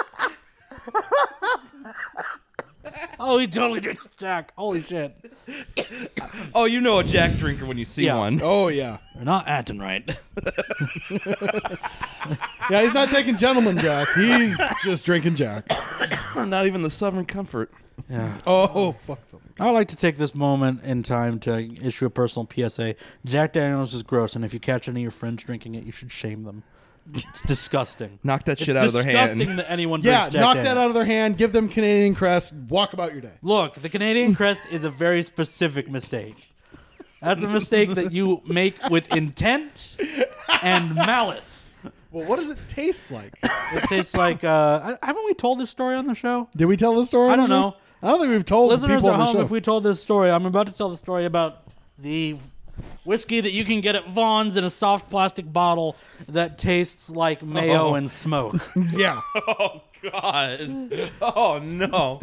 Oh, he totally did Jack. Holy shit. Oh, you know a Jack drinker when you see Yeah. one. *laughs* Oh yeah. They're not acting right. Yeah, he's not taking gentleman Jack. He's just drinking Jack. Not even the Southern Comfort. Oh fuck something. I'd like to take this moment in time to issue a personal PSA. Jack Daniels is gross, and if you catch any of your friends drinking it, you should shame them. It's disgusting. Knock that It's shit out of their disgusting *laughs* hand. that anyone Yeah, drinks Jack knock Daniels. that out of their hand. Give them Canadian Crest. Walk about your day. Look, the Canadian crest is a very specific mistake. That's a mistake that you make with intent and malice. Well, what does it taste like? It tastes like uh, I- haven't we told this story on the show? Did we tell this story? I don't Andrew? know. I don't think we've told Listeners people at on the home, show. if we told this story, I'm about to tell the story about the whiskey that you can get at Vaughn's in a soft plastic bottle that tastes like mayo Oh. and *laughs* smoke. yeah, Oh God. Oh no.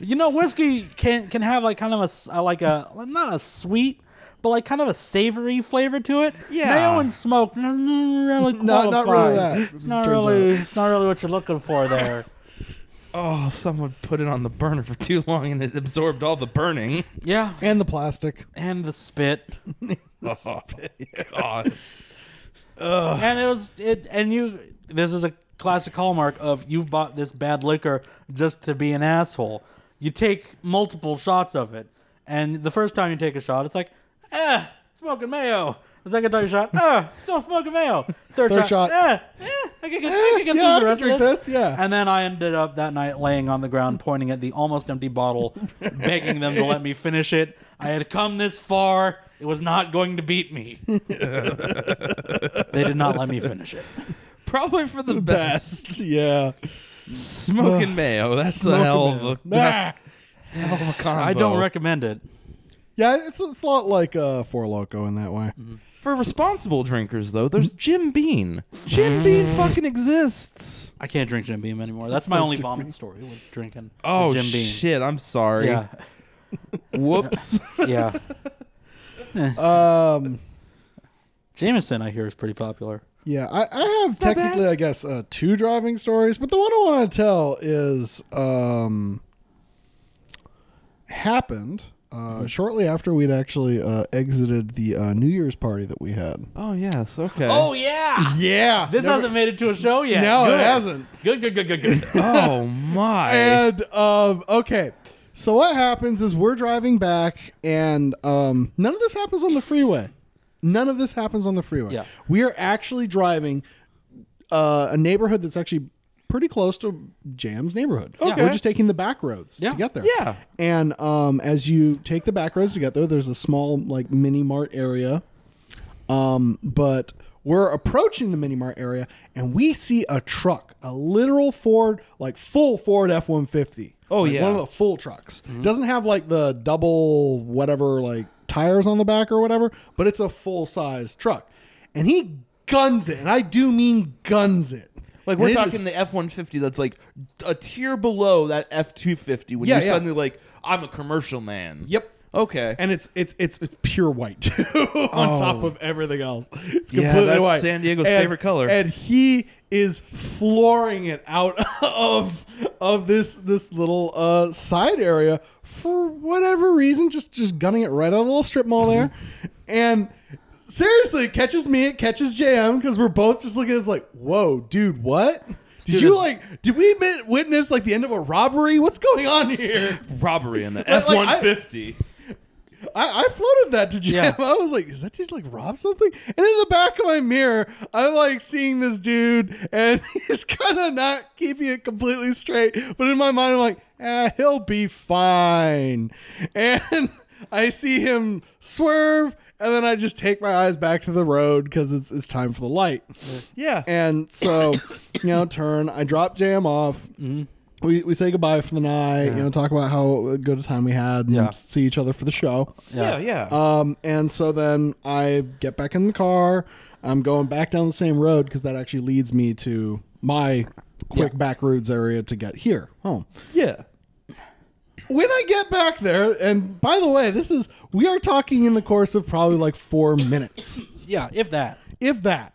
You know, whiskey can can have like kind of a s- uh, like a not a sweet, but like kind of a savory flavor to it. Yeah. mayo and smoke n- n- really No, *laughs* not really qualified. that, It's as it not turns really, it's not really what you're looking for there. Oh, someone put it on the burner for too long and it absorbed all the burning. yeah, and the plastic. and the spit, Oh, God. and it was it, and you. This is a classic hallmark of you've bought this bad liquor just to be an asshole. You take multiple shots of it, and the first time you take a shot, it's like, eh, smoking mayo. The second time you *laughs* shot, ah, still smoking mayo. Third, Third shot, shot. eh, eh, I can get, I can get yeah, through the I can rest of drink this. this, yeah. And then I ended up that night laying on the ground, pointing at the almost empty *laughs* bottle, begging them to let me finish it. I had come this far. It was not going to beat *laughs* me. they did not let me finish it. Probably for the best. Best. Yeah. Smoking mayo. That's a hell of a, Nah. hell of a combo. I don't recommend it. Yeah, it's, it's a lot like uh, Four Loco in that way. For responsible drinkers, though, there's Jim Bean. Jim Bean fucking exists. I can't drink Jim Beam anymore. That's *laughs* my only vomit story with drinking. is Oh Jim Beam. shit! I'm sorry. Yeah, Whoops. yeah. Um, Jameson, I hear, is pretty popular. yeah, I, I have not bad. technically, I guess, uh, two driving stories, but the one I want to tell is um, happened uh, shortly after we'd actually uh, exited the uh, New Year's party that we had. oh yes. Okay. Oh yeah, Yeah, this hasn't made it to a show yet. no, good. it hasn't. Good, good, good, good, good. *laughs* *laughs* Oh, my. And um, okay, so what happens is we're driving back, and um, none of this happens on the freeway. None of this happens on the freeway. Yeah. we are actually driving uh, a neighborhood that's actually pretty close to Jam's neighborhood. Okay. we're just taking the back roads Yeah. to get there. Yeah. And um, as you take the back roads to get there, there's a small like mini mart area. Um, but we're approaching the mini mart area, and we see a truck, a literal Ford, like full Ford F one fifty. Oh, like yeah. Mm-hmm. one of the full trucks. Doesn't have like the double whatever like tires on the back or whatever, but it's a full size truck, and he guns it, and I do mean guns it. Like And we're it is- talking the F one fifty that's like a tier below that F two fifty when Yeah, you're yeah. suddenly like, I'm a commercial man. Yep. Okay. Oh. and it's it's it's it's pure white *laughs* too, on top of everything else. It's completely Yeah, that's white. San Diego's And- favorite color. And he is flooring it out *laughs* of of this this little uh, side area *laughs* for whatever reason, just just gunning it right out of a little strip mall there, and. seriously, it catches me, it catches JM because we're both just looking at this like, whoa, dude, what? Did do you this. like? Did we admit, witness like the end of a robbery? What's going on here? Robbery in the Like- F like, one I- fifty. I, I floated that to Jam. Yeah. *laughs* I was like, is that dude like rob something? And in the back of my mirror, I'm like seeing this dude and *laughs* he's kind of not keeping it completely straight. But in my mind, I'm like, ah, he'll be fine. *laughs* And I see him swerve and then I just take my eyes back to the road because it's, it's time for the light. Yeah. *coughs* And so, you know, turn. I drop Jam off. Mm-hmm. We, we say goodbye for the night, you know, talk about how good a time we had and Yeah. see each other for the show. yeah, yeah. Um, and so then I get back in the car. I'm going back down the same road because that actually leads me to my quick Yeah. back roads area to get here home. yeah. When I get back there, and by the way, this is we are talking in the course of probably like four minutes, Yeah, if that. if that.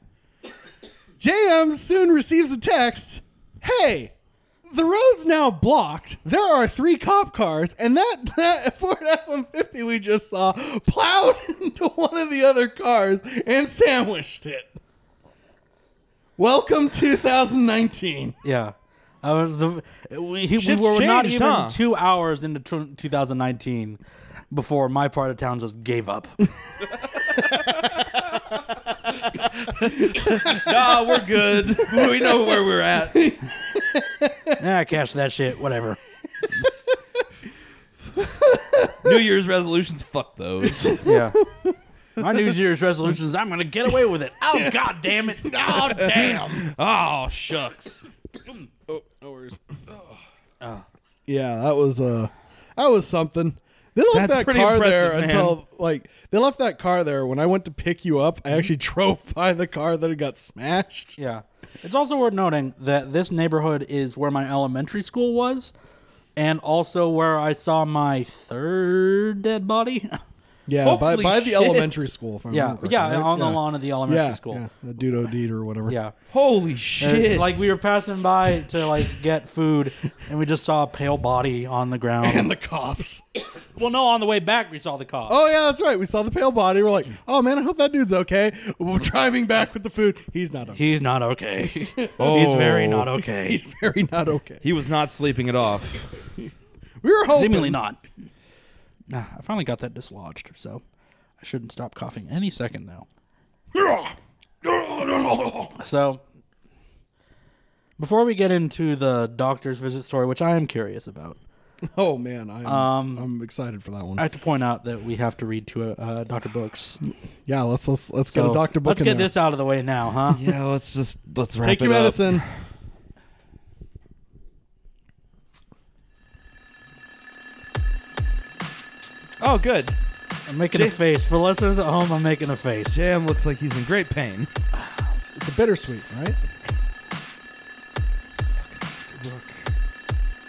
JM soon receives a text. Hey, the road's now blocked. There are three cop cars, and that *laughs* that Ford F one fifty we just saw plowed *laughs* into one of the other cars and sandwiched it. Welcome 2019. Yeah. I was the we, he, we Shit's were not changed, even huh? two hours into tw 2019 before my part of town just gave up. Nah, we're good. *laughs* we know where we're at. ah, cash that shit. Whatever. New Year's resolutions, fuck *laughs* those. Yeah. *laughs* My New Year's resolution is I'm gonna get away with it. Oh god damn it. Oh damn! oh shucks. *sighs* Yeah, that was uh, that was something. They left That's that pretty car there impressive, man. until like they left that car there. When I went to pick you up, I actually *laughs* drove by the car that had got smashed. Yeah. It's also worth noting that this neighborhood is where my elementary school was and also where I saw my third dead body. *laughs* Yeah, by, Holy by the shit. elementary school. If I yeah. remember Yeah, correctly, right? on the lawn of the elementary yeah, school. Yeah, the dude OD'd or whatever. yeah. Holy And, shit! Like we were passing by to like get food, and we just saw a pale body on the ground. *laughs* and the cops. *laughs* well, no, on the way back we saw the cop. Oh yeah, that's right. We saw the pale body. We're like, oh man, I hope that dude's okay. We're driving back with the food. He's not okay. He's not *laughs* okay. He's very not okay. Oh. He's very not okay. He was not sleeping it off. We were *laughs* hoping. Seemingly not. Nah, I finally got that dislodged, so I shouldn't stop coughing any second now. *laughs* So, before we get into the doctor's visit story, which I am curious about, Oh man, I'm, Um, I'm excited for that one. I have to point out that we have to read two uh, Dr. Books. yeah, let's let's let's So, get a doctor book. let's in get there. this out of the way now, huh? Yeah, let's just let's wrap Take your medicine. Oh, good. I'm making a face. For listeners at home, I'm making a face. Jam looks like he's in great pain. It's a bittersweet, right?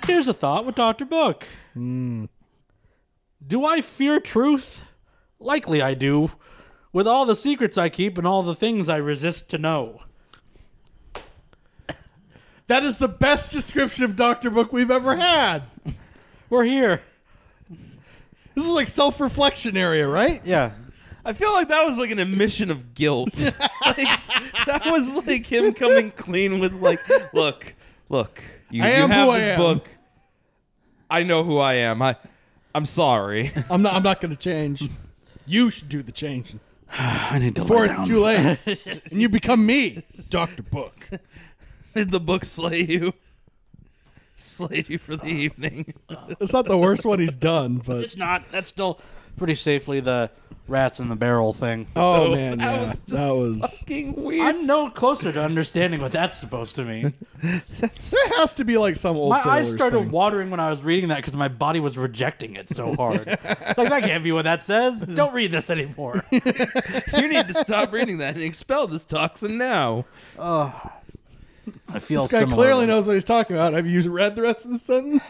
Here's a thought with Dr. Book. Hmm. Do I fear truth? Likely I do. With all the secrets I keep and all the things I resist to know. That is the best description of doctor book we've ever had. We're here. This is like self-reflection area, *laughs* right? Yeah. I feel like that was like an admission of guilt. *laughs* like, that was like him coming clean with like, look, look, you, I you am have who I this am. book. I know who I am. I, I'm sorry. *laughs* I'm not. I'm not going to change. You should do the changing *sighs* I need to before lay it's down. too late, *laughs* and you become me, Doctor Book. Did the book slay you? Slayed you for the evening. It's not the worst one he's done, but It's not. That's still pretty safely the rats in the barrel *laughs* thing. oh Oh, man, that yeah, was just *laughs* that was. Fucking weird. I'm no closer to understanding what that's supposed to mean. There has to be like some old. My eyes sailor's started thing. watering when I was reading that because my body was rejecting it so hard. it's like, that can't be what that says. Don't read this *laughs* anymore. *laughs* you need to stop reading that and expel this toxin now. I feel This guy clearly knows what he's talking about. Have you read the rest of the sentence?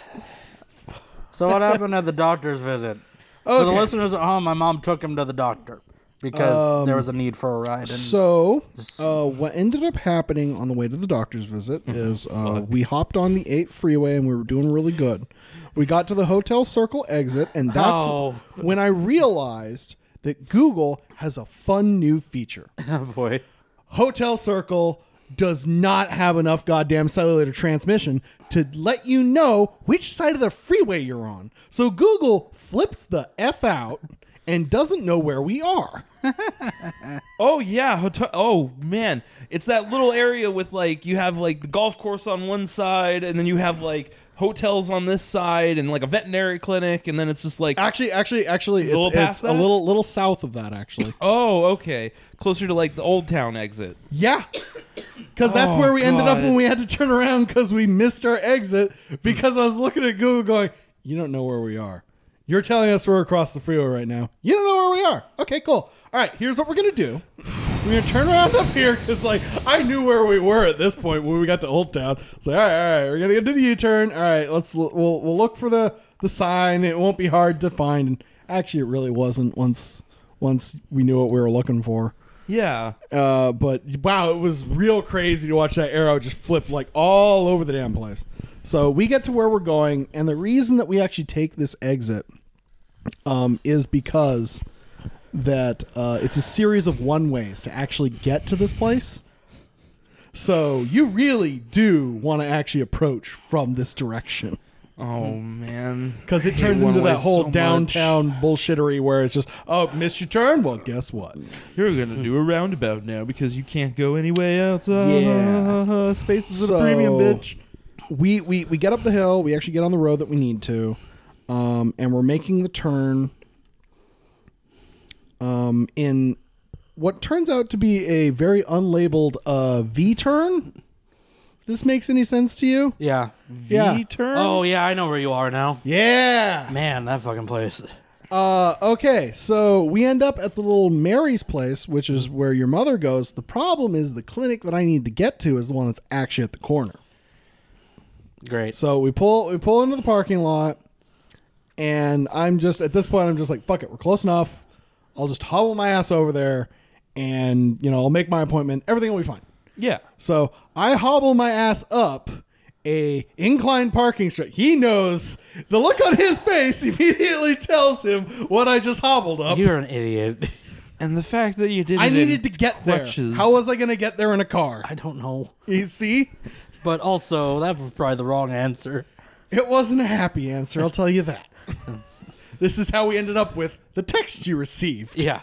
So what happened at the doctor's visit? For the Okay. listeners at home, my mom took him to the doctor because there was a need for a ride. And Um, So, uh, what ended up happening on the way to the doctor's visit is uh, we hopped on the 8 freeway and we were doing really good. We got to the hotel circle exit, and that's Oh. when I realized that Google has a fun new feature. *laughs* Oh boy. Hotel Circle does not have enough goddamn cellular transmission to let you know which side of the freeway you're on. So Google flips the F out and doesn't know where we are. Oh yeah, hotel. Oh man, it's that little area with like you have like the golf course on one side, and then you have like hotels on this side, and like a veterinary clinic, and then it's just like Actually, actually, actually, it's, little it's past a that? little little south of that actually. oh okay, closer to like the old town exit. Yeah. Because that's Oh, where we ended up God. when we had to turn around because we missed our exit because I was looking at Google going, You don't know where we are. You're telling us we're across the freeway right now. You don't know where we are. Okay, cool. All right, here's what we're going to do. We're going to turn around up here because, like, I knew where we were at this point when we got to Old Town. So, all right, all right, we're going to do the U-turn. All right, let's, l- we'll, we'll look for the, the sign. It won't be hard to find. And actually, it really wasn't once, once we knew what we were looking for. Yeah. Uh, but wow, it was real crazy to watch that arrow just flip like all over the damn place. So we get to where we're going, and the reason that we actually take this exit um, is because that uh, it's a series of one ways to actually get to this place. So you really do want to actually approach from this direction Oh man, because *laughs* it I hate turns into one-way that whole so much. downtown bullshittery where it's just oh missed your turn. Well, guess what? You're gonna do a roundabout now because you can't go any way outside. Yeah. space is So- a premium, bitch. we, we we get up the hill. We actually get on the road that we need to, um, and we're making the turn. Um, in what turns out to be a very unlabeled uh, V turn. This makes any sense to you? Yeah. Yeah. turn. Oh yeah, I know where you are now. Yeah. Man, that fucking place. Uh, okay, so we end up at the little Mary's place, which is where your mother goes. The problem is the clinic that I need to get to is the one that's actually at the corner. Great. So we pull we pull into the parking lot, and I'm just at this point I'm just like fuck it, we're close enough. I'll just hobble my ass over there, and you know I'll make my appointment. Everything will be fine. yeah. So I hobble my ass up a inclined parking strip. He knows the look on his face *laughs* immediately tells him what I just hobbled up. You're an idiot. *laughs* And the fact that you did. I it in needed to get there. crutches. How was I going to get there in a car? I don't know. You see, But also, that was probably the wrong answer. It wasn't a happy answer, I'll tell you that. this is how we ended up with the text you received. *laughs* Yeah.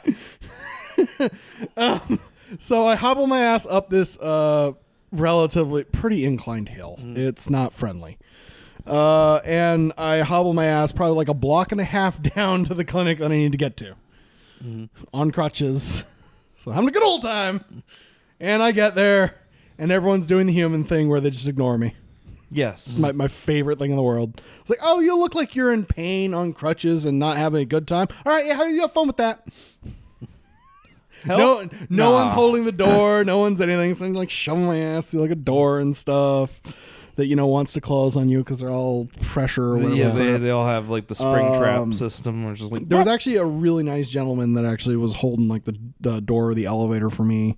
So I hobble my ass up this uh, relatively pretty inclined hill. It's not friendly. Uh, and I hobble my ass probably like a block and a half *laughs* down to the clinic that I need to get to on crutches. So I'm having a good old time. And I get there, and everyone's doing the human thing where they just ignore me. Yes. my, my favorite thing in the world. It's like, oh, you look like you're in pain on crutches and not having a good time. All right, yeah, how you have fun with that? No, Help? no Nah. one's holding the *laughs* door. No one's anything. So I'm like shoving my ass through like a door and stuff that you know wants to close on you because they're all pressure or whatever. Yeah, the they, crap. they all have like the spring Um, trap system, which is like there was actually a really nice gentleman that actually was holding like the, the door of the elevator for me.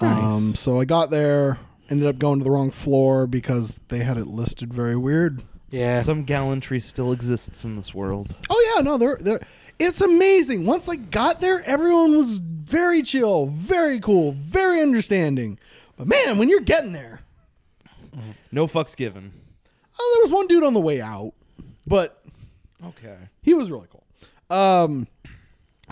Um, so I got there, ended up going to the wrong floor because they had it listed very weird. Yeah. some gallantry still exists in this world. Oh yeah, no, they're they're. It's amazing. Once I got there, everyone was very chill, very cool, very understanding. But man, when you're getting there, No fucks given. oh, there was one dude on the way out, but Okay. he was really cool. Um,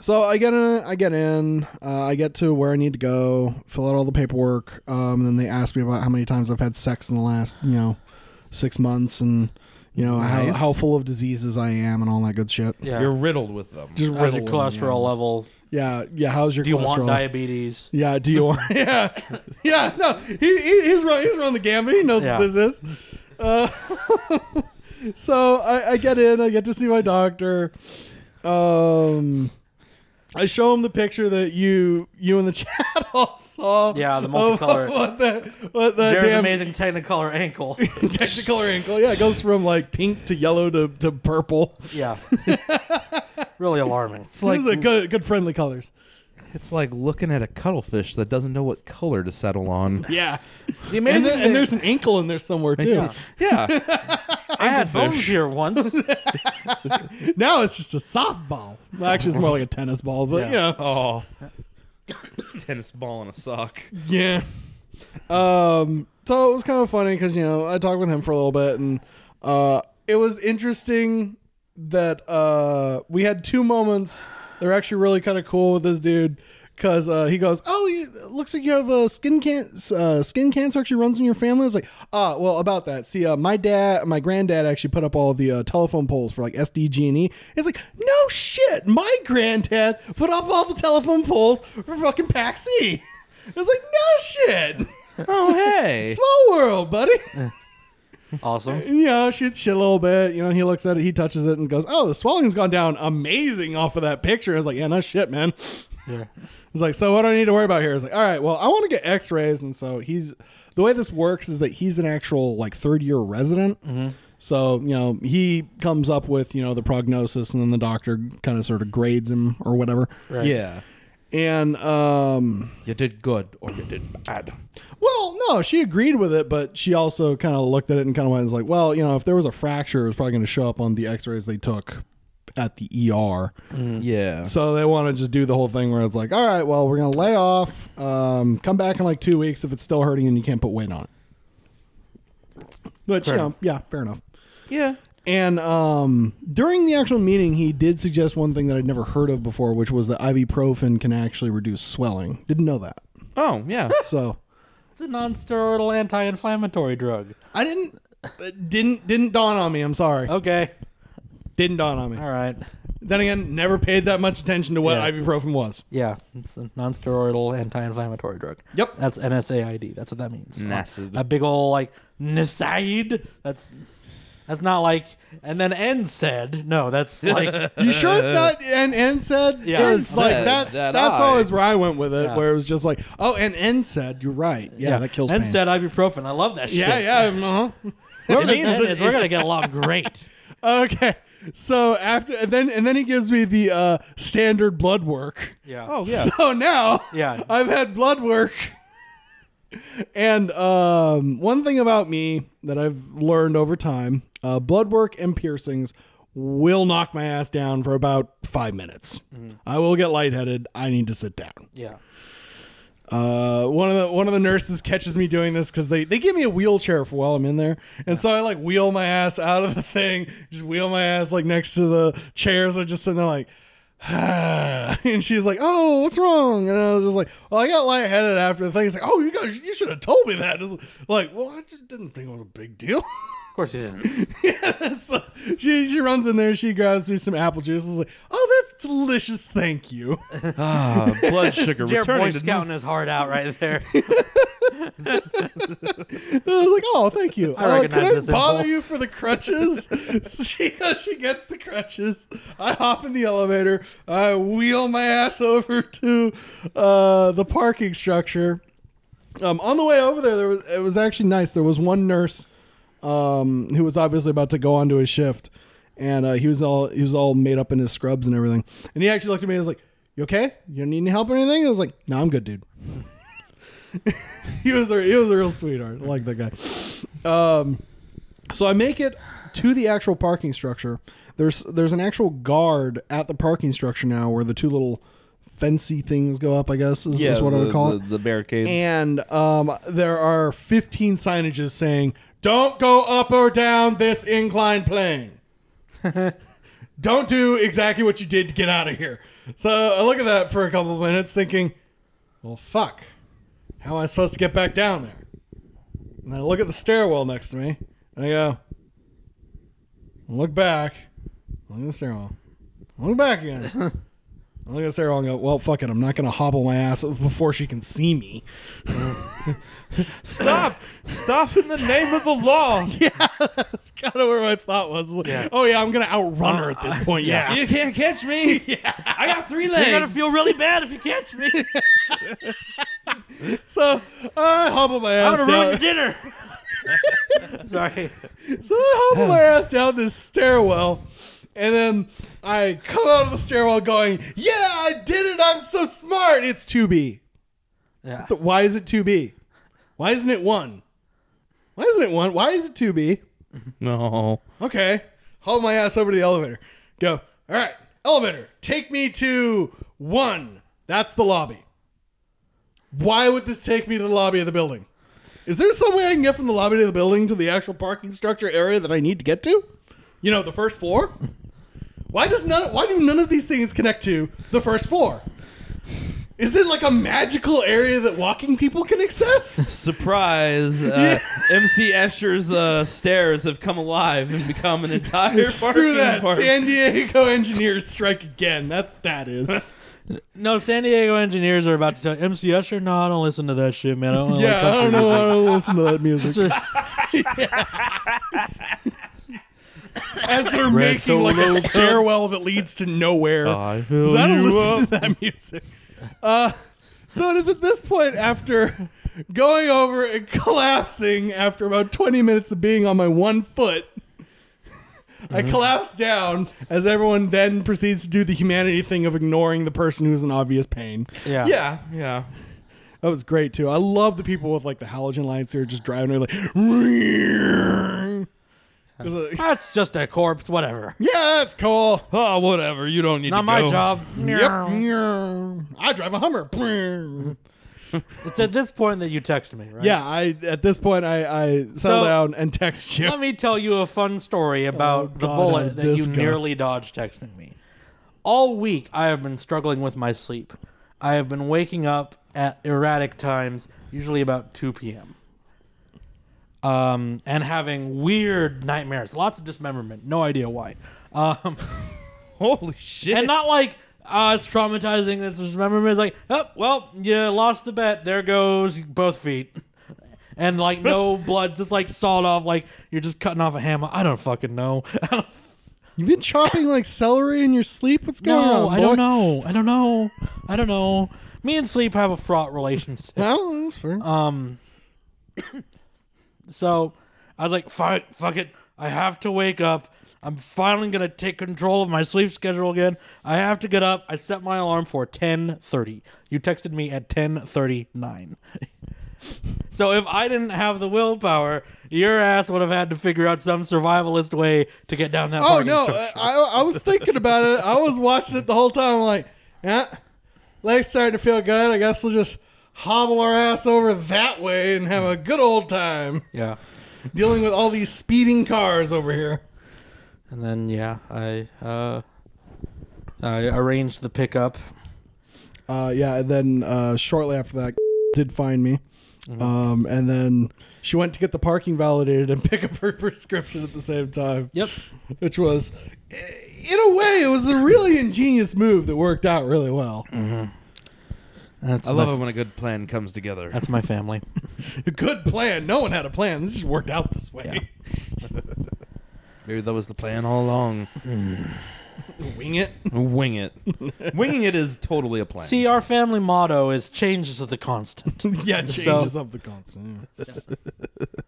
so I get in, I get in, uh, I get to where I need to go, fill out all the paperwork, um, and then they ask me about how many times I've had sex in the last, you know, six months, and you know how, Nice. how full of diseases I am and all that good shit. yeah. You're riddled with them. Just How's your riddle them, cholesterol level? yeah. yeah, yeah. How's your Do you cholesterol? want diabetes? Yeah, do you want? *laughs* Yeah, yeah. No, he, he he's run he's run the gambit. He knows Yeah. what this is. Uh, *laughs* so I, I get in. I get to see my doctor. Um, I show him the picture that you you in the *laughs* chat all saw. Yeah, the of multicolor. *laughs* What the what the Jared's damn amazing technicolor *laughs* ankle. technicolor ankle? Yeah, it goes from like pink to yellow to, to purple. *laughs* Yeah. really alarming. It's Like, like Those are good good friendly colors. It's like looking at a cuttlefish that doesn't know what color to settle *laughs* on. Yeah. The amazing And, then, thing- and there's an ankle in there somewhere too. Yeah. *laughs* Yeah. I had bones fish. here *laughs* once. Now it's just a softball. Well, actually, it's more like a tennis ball, but Yeah. yeah. Oh. Tennis ball in a sock. Yeah. Um. So it was kind of funny because you know I talked with him for a little bit, and uh, it was interesting that uh we had two moments that were actually really kind of cool with this dude because uh, he goes, "Oh, you, it looks like you have a skin can uh, skin cancer actually runs in your family." It's like, ah, well, about that. See, uh, my dad, my granddad actually put up all the uh, telephone poles for like SDG&E. E." It's like, no shit, my granddad put up all the telephone poles for fucking Paxi. *laughs* It's like, no shit. *laughs* Oh hey. Small world, buddy. awesome. And, you know, shoots shit a little bit. You know, he looks at it, he touches it, and goes, "Oh, the swelling's gone down amazing off of that picture." I was like, "Yeah, no shit, man." Yeah. He's like, "So what do I need to worry about here?" I was like, "All right, well, I want to get X-rays," and so he's the way this works is that he's an actual like third year resident. So you know, he comes up with you know the prognosis, and then the doctor kind of sort of grades him or whatever. Right. Yeah. And um, You did good or you did bad. Well, no, she agreed with it, but she also kind of looked at it and kind of went, and was like, well, you know, if there was a fracture, it was probably going to show up on the x rays they took at the ER. Mm. Yeah. So they want to just do the whole thing where it's like, all right, well, we're going to lay off, um, come back in like two weeks if it's still hurting and you can't put weight on it. But, Fair you know, enough. yeah, fair enough. Yeah. And um, during the actual meeting, he did suggest one thing that I'd never heard of before, which was that ibuprofen can actually reduce swelling. Didn't know that. Oh, yeah. So. It's a non-steroidal anti-inflammatory drug. I didn't it didn't didn't dawn on me. I'm sorry. Okay. Didn't dawn on me. Oh. All right. Then again, never paid that much attention to what Yeah. *laughs* ibuprofen was. Yeah, it's a non-steroidal anti-inflammatory drug. Yep. That's NSAID. That's what that means. Nacid. A big old like NSAID. That's that's not like and then N said. No, that's *laughs* like You sure it's not and N said? Yeah. 'Cause, N like said that's that that's I- always where I went with it, Yeah. where it was just like, oh, and N said, you're right. Yeah, that kills N pain. said ibuprofen. I love that shit. yeah, yeah. Uh-huh. *laughs* It means N is we're gonna get along great. Okay. So after and then and then he gives me the uh, standard blood work. *laughs* Yeah. *laughs* Oh, yeah. So now Yeah. *laughs* I've had blood work. And um, one thing about me that I've learned over time, uh, blood work and piercings will knock my ass down for about five minutes. I will get lightheaded. I need to sit down. Yeah. Uh, one of the one of the nurses catches me doing this because they, they give me a wheelchair for while I'm in there, and so I like wheel my ass out of the thing, just wheel my ass like next to the chairs. I'm just sitting there like, *sighs* and she's like, "Oh, what's wrong?" And I was just like, "Well, I got lightheaded after the thing." It's like, "Oh, you guys, you should have told me that." It's like, well, I just didn't think it was a big deal. *laughs* Of course you didn't. so she she runs in there, she grabs me some apple juice. I was like, "Oh, that's delicious, thank you." *laughs* Ah, blood sugar Jared Boy returning to Scouting his heart out right *laughs* there. *laughs* I was like, oh, thank you. I Uh, recognize can I this bother impulse. you for *laughs* the crutches? *laughs* she, she gets the crutches. I hop in the elevator. I wheel my ass over to uh, the parking structure. Um, on the way over there, there was it was actually nice. There was one nurse um, who was obviously about to go on to his shift, and uh, he was all he was all made up in his scrubs and everything. And he actually looked at me and was like, "You okay? You need any help or anything?" I was like, "No, I'm good, dude." *laughs* he was a, he was a real sweetheart. I like that guy. Um, so I make it to the actual parking structure. There's there's an actual guard at the parking structure now, where the two little fancy things go up. I guess is, is what I would call it. The barricades. *laughs* And um, there are 15 signages saying, don't go up or down this inclined plane. don't do exactly what you did to get out of here. So I look at that for a couple of minutes thinking, well, fuck. How am I supposed to get back down there? And then I look at the stairwell next to me and I go, look back, look at the stairwell, look back again. I look at the stairwell and go, well, fuck it. I'm not going to hobble my ass before she can see me. Stop! Stop in the name of the *laughs* law! *laughs* That's kind of where my thought was. It's like, Oh yeah, I'm gonna outrun her at this point. Yeah. You can't catch *laughs* me! I got three legs! You're gonna feel really bad if you catch *laughs* me. So I hobble my I'm ass gonna ruin your down. dinner. Sorry. *laughs* So I hobble my ass down this stairwell, And then I come out of the stairwell going, "Yeah, I did it! I'm so smart!" It's two B. Yeah. Th- Why is it two B? Why isn't it one? Why isn't it one? Why is it two B? No. Okay, haul my ass over to the elevator. Go. All right, elevator, take me to one. That's the lobby. Why would this take me to the lobby of the building? Is there some way I can get from the lobby to the building to the actual parking structure area that I need to get to? You know, the first floor. Why does none? Why do none of these things connect to the first floor? Is it like a magical area that walking people can *laughs* access? Surprise! *laughs* Uh, MC Escher's uh, stairs have come alive and become an *laughs* entire Screw parking that. park. San Diego engineers strike again. That's that is. No, San Diego engineers are about to tell MC Usher, no, I don't listen to that shit, man. I don't like yeah, that I don't know. I don't listen to that music. shit. *laughs* As they're making like a stairwell that leads to nowhere. I fill 'Cause I don't you listen up. to that music. Uh, so it is at this point after going over and *laughs* collapsing after about 20 minutes of being on my one foot. I collapse down as everyone then proceeds to do the humanity thing of ignoring the person who's in obvious pain. yeah. Yeah, yeah. That was great too. I love the people with like the halogen lights who are just driving they're like. 'Cause, uh, *laughs* That's just a corpse, whatever. Yeah, that's cool. Oh, whatever. You don't need Not to my go. job. Yep. I drive a *laughs* Hummer. It's at this point that you text me, right? Yeah, I at this point I, I settle So- um, down and text you. *laughs* Let me tell you a fun story about Oh, the God, how bullet did that this you go? nearly dodged texting me. All week, I have been struggling with my sleep. I have been waking up at erratic times, usually about 2 p.m., um, and having weird nightmares, lots of dismemberment, no idea why. Um, *laughs* Holy shit! and not like ah, it's traumatizing. It's dismemberment. It's like, oh, well, you lost the bet. There goes both feet, and like *laughs* no blood, just like sawed off. Like you're just cutting off a hammer. I don't fucking know. *laughs* I don't, You've been chopping like celery in your sleep. What's going no, on? I don't boy? know. I don't know. I don't know. Me and sleep have a fraught relationship. Well, that's fair. Uh, So I was like, fuck, fuck it. I have to wake up. I'm finally gonna take control of my sleep schedule again. I have to get up. I set my alarm for 10:30. You texted me at 10:39. *laughs* so if I didn't have the willpower, your ass would have had to figure out some survivalist way to get down that. oh parking no, structure. I, I was thinking about it. I was watching it the whole time. I'm like, yeah, legs starting to feel good. I guess we'll just hobble our ass over that way and have a good old time *laughs* yeah. dealing with all these speeding cars over here. And then yeah, I uh, I arranged the pickup. Uh, yeah, and then uh, shortly after that, *laughs* did find me. Mm-hmm. Um, and then she went to get the parking validated and *laughs* pick up her prescription at the same time. Yep. Which was, eh, in a way, it was a really ingenious move that worked out really well. Mm-hmm. That's I love my, it when a good plan comes together. That's my family. A good plan. No one had a plan. This just worked out this way. Maybe that was the plan all along. *laughs* Wing it. Wing it. *laughs* Winging it is totally a plan. See, our family motto is changes are the constant. yeah, changes of the constant. yeah.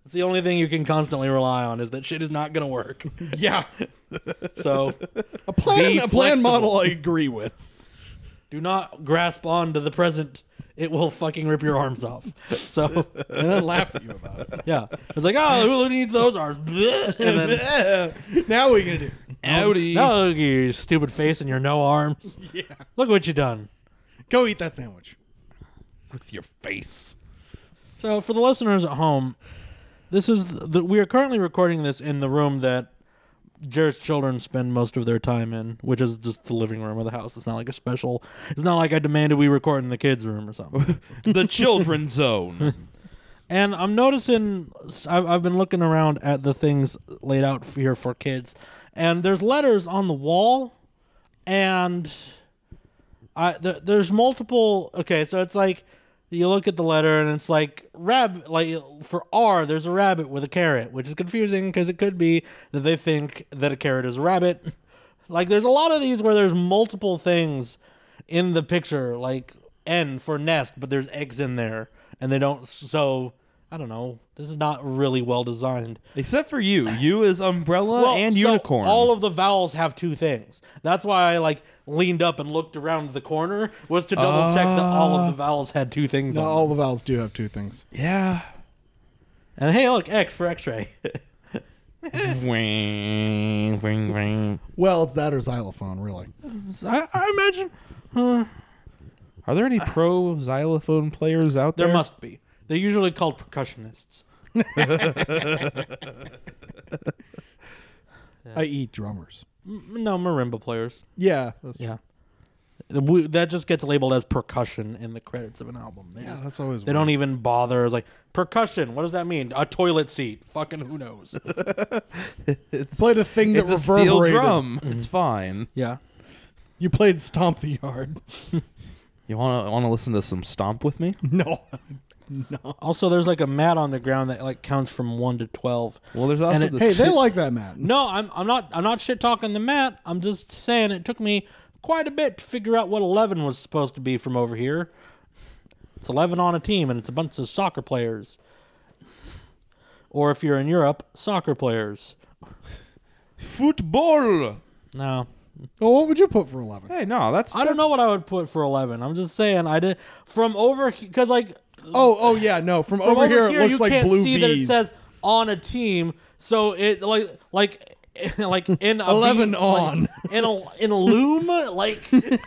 It's the only thing you can constantly rely on is that shit is not gonna work. Yeah, *laughs* So a plan. Be A plan flexible. model I *laughs* agree with. do not grasp on to the present. It will fucking rip your arms off. So And then laugh at you about it. yeah. It's like, oh who needs those arms? *laughs* Bleh. And then *laughs* now what are you gonna do? Audi. no, look at your stupid face and your no arms. Yeah, Look what you done. go eat that sandwich. With your face. So for the listeners at home, this is the, the we are currently recording this in the room that Jared's children spend most of their time in, which is just the living room of the house. It's not like a special. It's not like I demanded we record in the kids' room or something. *laughs* The children's zone. And I'm noticing, I've, I've been looking around at the things laid out f- here for kids, and there's letters on the wall, and I th- there's multiple. Okay, so it's like you look at the letter, and it's like rabbit. Like for R, there's a rabbit with a carrot, which is confusing because it could be that they think that a carrot is a rabbit. *laughs* Like there's a lot of these where there's multiple things in the picture, like N for nest, but there's eggs in there, and they don't. So I I don't know. This is not really well designed. Except for you. You is umbrella Well, and so unicorn. All of the vowels have two things. That's why I like leaned up and looked around the corner was to double check that all of the vowels had two things. No, on all the vowels do have two things. *laughs* them. yeah. And hey, look, X for X-ray. *laughs* Wing, wing, wing. Well, it's that or xylophone, really. I, I imagine uh, Are there any pro xylophone players out there? there must be. They're usually called percussionists. I eat drummers. M- No marimba players. Yeah, that's true. Yeah. We, that just gets labeled as percussion in the credits of an album. They, Yeah, just- that's always. they don't even bother. It's like percussion. What does that mean? A toilet seat. Fucking who knows? played a thing that It's a steel reverberated. drum. Mm. It's fine. *laughs* yeah. You played Stomp the Yard. *laughs* You want to want to listen to some stomp with me? no, Also, there's like a mat on the ground that like counts from one to twelve. Well, there's also it- the hey, they sit- like that, Matt. No, I'm I'm not I'm not shit talking the mat. I'm just saying it took me quite a bit to figure out what eleven was supposed to be from over here. It's eleven on a team, and it's a bunch of soccer players. Or if you're in Europe, soccer players. football. No, Well, what would you put for eleven? Hey, no, that's I don't know *laughs* what I would put for eleven. I'm just saying I did from over because like Oh, oh yeah, no. From, from over, here, it you looks like can't blue see that it V's. says on a team. So it like like *laughs* like in a 11 like, on. in a in a loom like eleven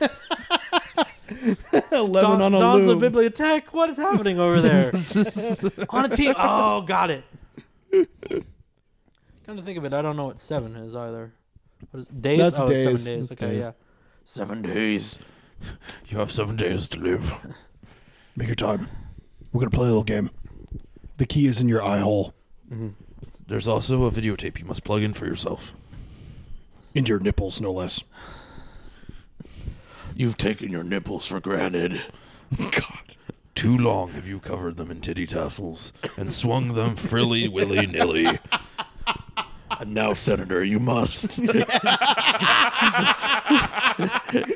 Don- on a Don's loom. bibliothèque. What is happening over *laughs* there *laughs* on a team? Oh, got it. Come to think of it, I don't know what seven is either. What is days? That's oh, it's days. seven days. That's okay, days. yeah, seven days. You have seven days to live. Make your time. We're gonna play a little game. The key is in your eye hole, There's also a videotape you must plug in for yourself. in your nipples, no less. *laughs* You've taken your nipples for granted. God. Too long have you covered Covered them in titty tassels and swung them *laughs* frilly willy nilly. And now, Senator, you *laughs* must.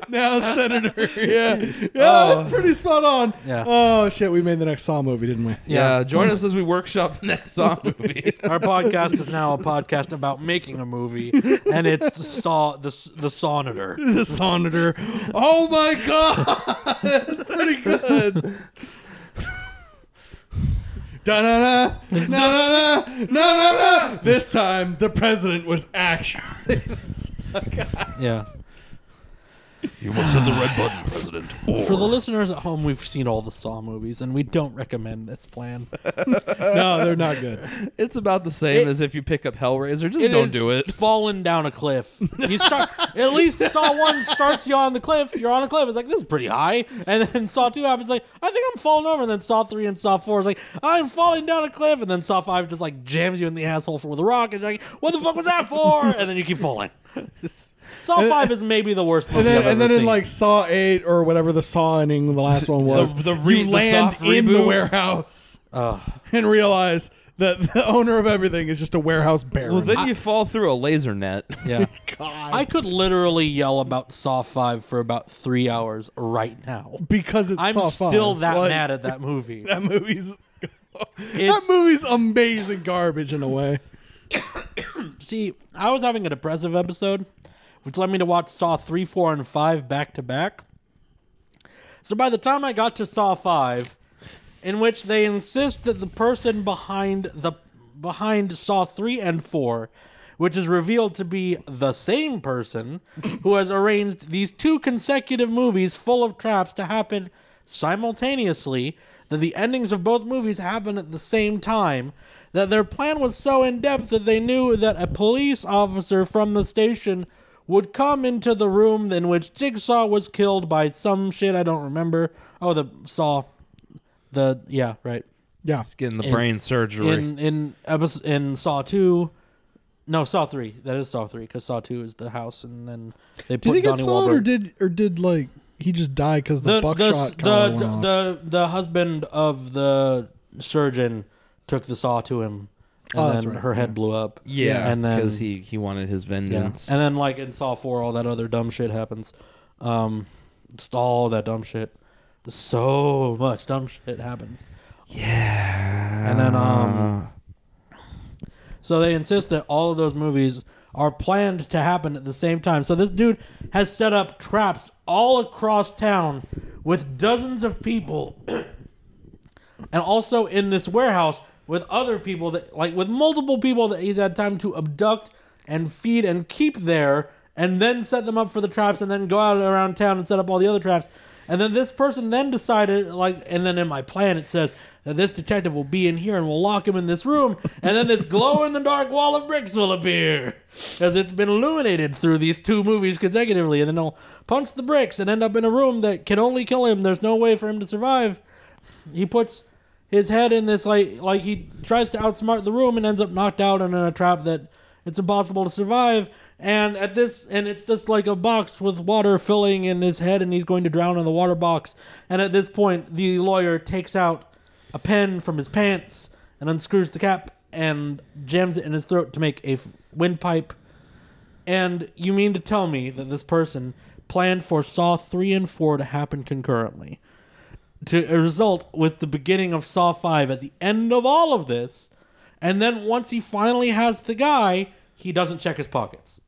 Now, *laughs* Senator. Yeah, yeah, that's pretty spot on. Yeah. Oh shit, we made the next Saw movie, didn't we? Yeah, join us as we workshop the next *laughs* Saw movie. Our podcast is now a podcast about making a movie, and it's the saw the the sonator. *laughs* the Senator. Oh my god, that's pretty good. Da na na na na na na na. This time, the president was *laughs* actually. Yeah. You must hit the red button, President. Or For the listeners at home, we've seen all the Saw movies, and we don't recommend this plan. no, they're not good. It's about the same It- as if you pick up Hellraiser. Just It don't is do *laughs* it. Falling down a cliff. You start at least Saw One starts you on the cliff. You're on a cliff. It's like this is pretty high, and then Saw Two happens. Like I think I'm falling over, and then Saw Three and Saw Four is like I'm falling down a cliff, and then Saw Five just like jams you in the asshole for with a rock, and you're like what the fuck was that for? And then you keep *laughs* falling. Saw Five is maybe the worst movie And then, I've and ever then in seen. like Saw Eight or whatever the Saw ending, the last one was, the re- you the land soft in the reboot. warehouse and realize that the owner of everything is just a warehouse baron. Well, then you fall through a laser net. *laughs* yeah. *laughs* God, I could literally yell about Saw 5 for about three hours right now. because it's I'm Saw still five. that Like- mad at that *laughs* movie. That movie's that It's- movie's amazing garbage in a way. See, I was having a depressive episode, which led me to watch Saw 3, 4, and 5 back to back. So by the time I got to Saw 5, in which they insist that the person behind the behind Saw 3 and 4, which is revealed to be the same person who has arranged these two consecutive movies full of traps to happen simultaneously, that the endings of both movies happen at the same time, that their plan was so in depth that they knew that a police officer from the station would come into the room in which Jigsaw was killed by some shit I don't remember. Oh, the saw the yeah right Yeah. Getting the brain surgery. in in episode in Saw two, no Saw three. That is Saw three because Saw two is the house, and then they put Did he get Donnie solid or Wahlberg. did or did like he just die because the, the buckshot the kinda the, went off? the the husband of the surgeon took the saw to him, and Oh, then that's right, her head yeah. blew up. yeah, and then because he, he wanted his yeah, and vengeance. then like in Saw four, all that other dumb shit happens. Um, just all that dumb shit. So much dumb shit happens. Yeah. And then, um, So they insist that all of those movies are planned to happen at the same time. So this dude has set up traps all across town with dozens of people and also in this warehouse with other people that like with multiple people that he's had time to abduct and feed and keep there and then set them up for the traps and then go out around town and set up all the other traps and then this person then decided like and then in my plan it says that this detective will be in here and we'll lock him in this room and then this glow in the dark wall of bricks will appear as it's been illuminated through these two movies consecutively and then he'll punch the bricks and end up in a room that can only kill him there's no way for him to survive he puts his head in this like like he tries to outsmart the room and ends up knocked out and in a trap that it's impossible to survive and at this and it's just like a box with water filling in his head and he's going to drown in the water box and at this point the lawyer takes out a pen from his pants and unscrews the cap and jams it in his throat to make a f- windpipe and you mean to tell me that this person planned for saw 3 and 4 to happen concurrently to a result with the beginning of Saw 5 at the end of all of this. And then once he finally has the guy, he doesn't check his pockets.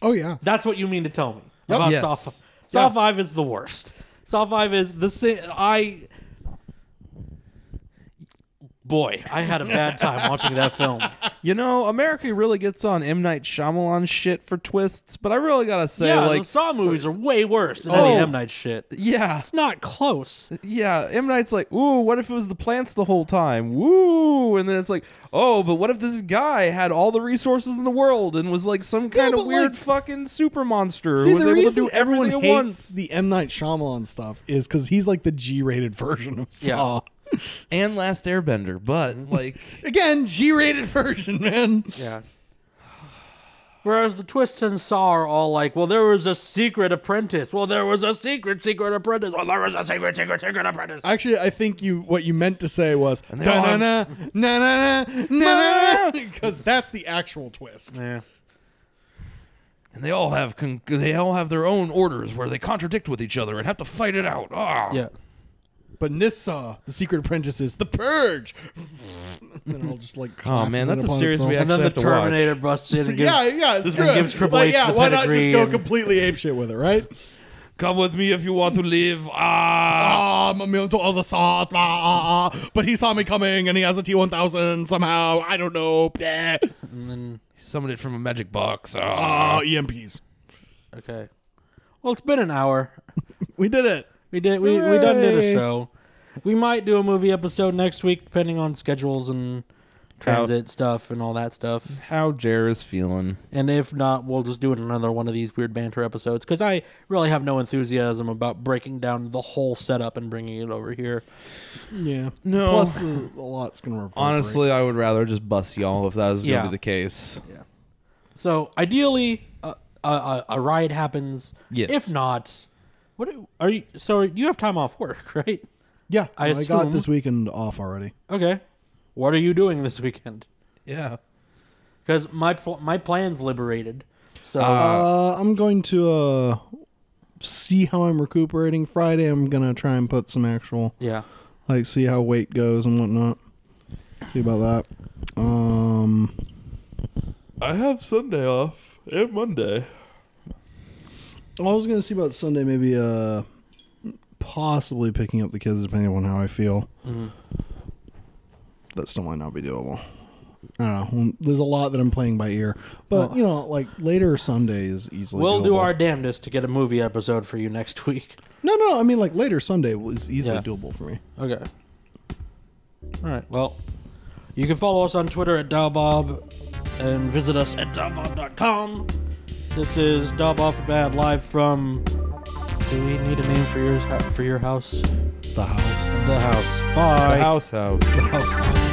Oh yeah. That's what you mean to tell me about Yes. Saw 5. Saw Yeah. 5 is the worst. Saw 5 is the si- I boy, I had a bad time watching that film. You know, America really gets on M Night Shyamalan shit for twists, but I really gotta say, yeah, like, the Saw movies are way worse than any Oh. M Night shit. yeah, It's not close. yeah. M Night's like, ooh, what if it was the plants the whole time? Woo! And then it's like, oh, but what if this guy had all the resources in the world and was like some kind but, of weird like- fucking super monster See, who was the able to reason do everyone everything hates at once? the M Night Shyamalan stuff is because he's like the G-rated *laughs* version of Saw. And Last Airbender, *laughs* but like, Again, G-rated *laughs* version, man. Yeah. Whereas the twists in Saw are all like, well, there was a secret apprentice. Well, there was a secret secret apprentice. Well, there was a secret secret secret apprentice. Actually, I think you what you meant to say was na they na all have- na na na na na because that's the actual twist. yeah. and they all have con- they all have their own orders where they contradict with each other and have to fight it out. Ah, Yeah. But in this Saw, the Secret Apprentice is the Purge. *laughs* and then it'll just like Oh man, collapses in that's a upon serious itself. reaction. And then Actually, the I have to watch. Terminator busts *laughs* in and gives. Yeah, yeah, it's true. gives Triple like, H yeah, the why not just pedigree go and- completely apeshit with it, right? Come with me if you want to live. Ah. Ah, I'm immune to all the saws. Ah, ah, ah. But he saw me coming and he has a T1000 somehow. I don't know. Bleh. Summoned it from a magic box. Ah, EMPs. Okay. Well, it's been an hour. We did it. We did. We, we done did a Hooray. show. We might do a movie episode next week, depending on schedules and transit stuff and all that stuff. How Jer is feeling. And if not, we'll just do it another one of these weird banter episodes because I really have no enthusiasm about breaking down the whole setup and bringing it over here. Yeah. No. Plus, uh, a lot's going to reverberate. Honestly, I would rather just bust y'all if that was Yeah. gonna be the case. So ideally, a, a- a, a ride happens. Yes. If not, what are you? So you have time off work, *laughs* right? Yeah. I I, got assume- this weekend off already. Okay. What are you doing this weekend? Yeah. Because my pl- my plan's liberated. So Uh, I'm going to uh, see how I'm recuperating. Friday, I'm going to try and put some actual, yeah, like, see how weight goes and whatnot. See about that. Um, I have Sunday off and Monday. I was gonna see about Sunday, maybe uh, possibly picking up the kids depending on how I feel. Mm-hmm. That still might not be doable. I don't know. Mm, There's a lot that I'm playing by ear, but you know, like later Sunday is easily. we'll do doable. our damnedest to get a movie episode for you next *laughs* week. No, no. I mean, like later Sunday is easily Yeah. doable for me. Okay. All right. Well, you can follow us on Twitter at Dowbob and visit us at dowbob.com. This is Dob Off for Bad live from. Do we need a name for yours for your house? The house. The house. Bye. house house. The house.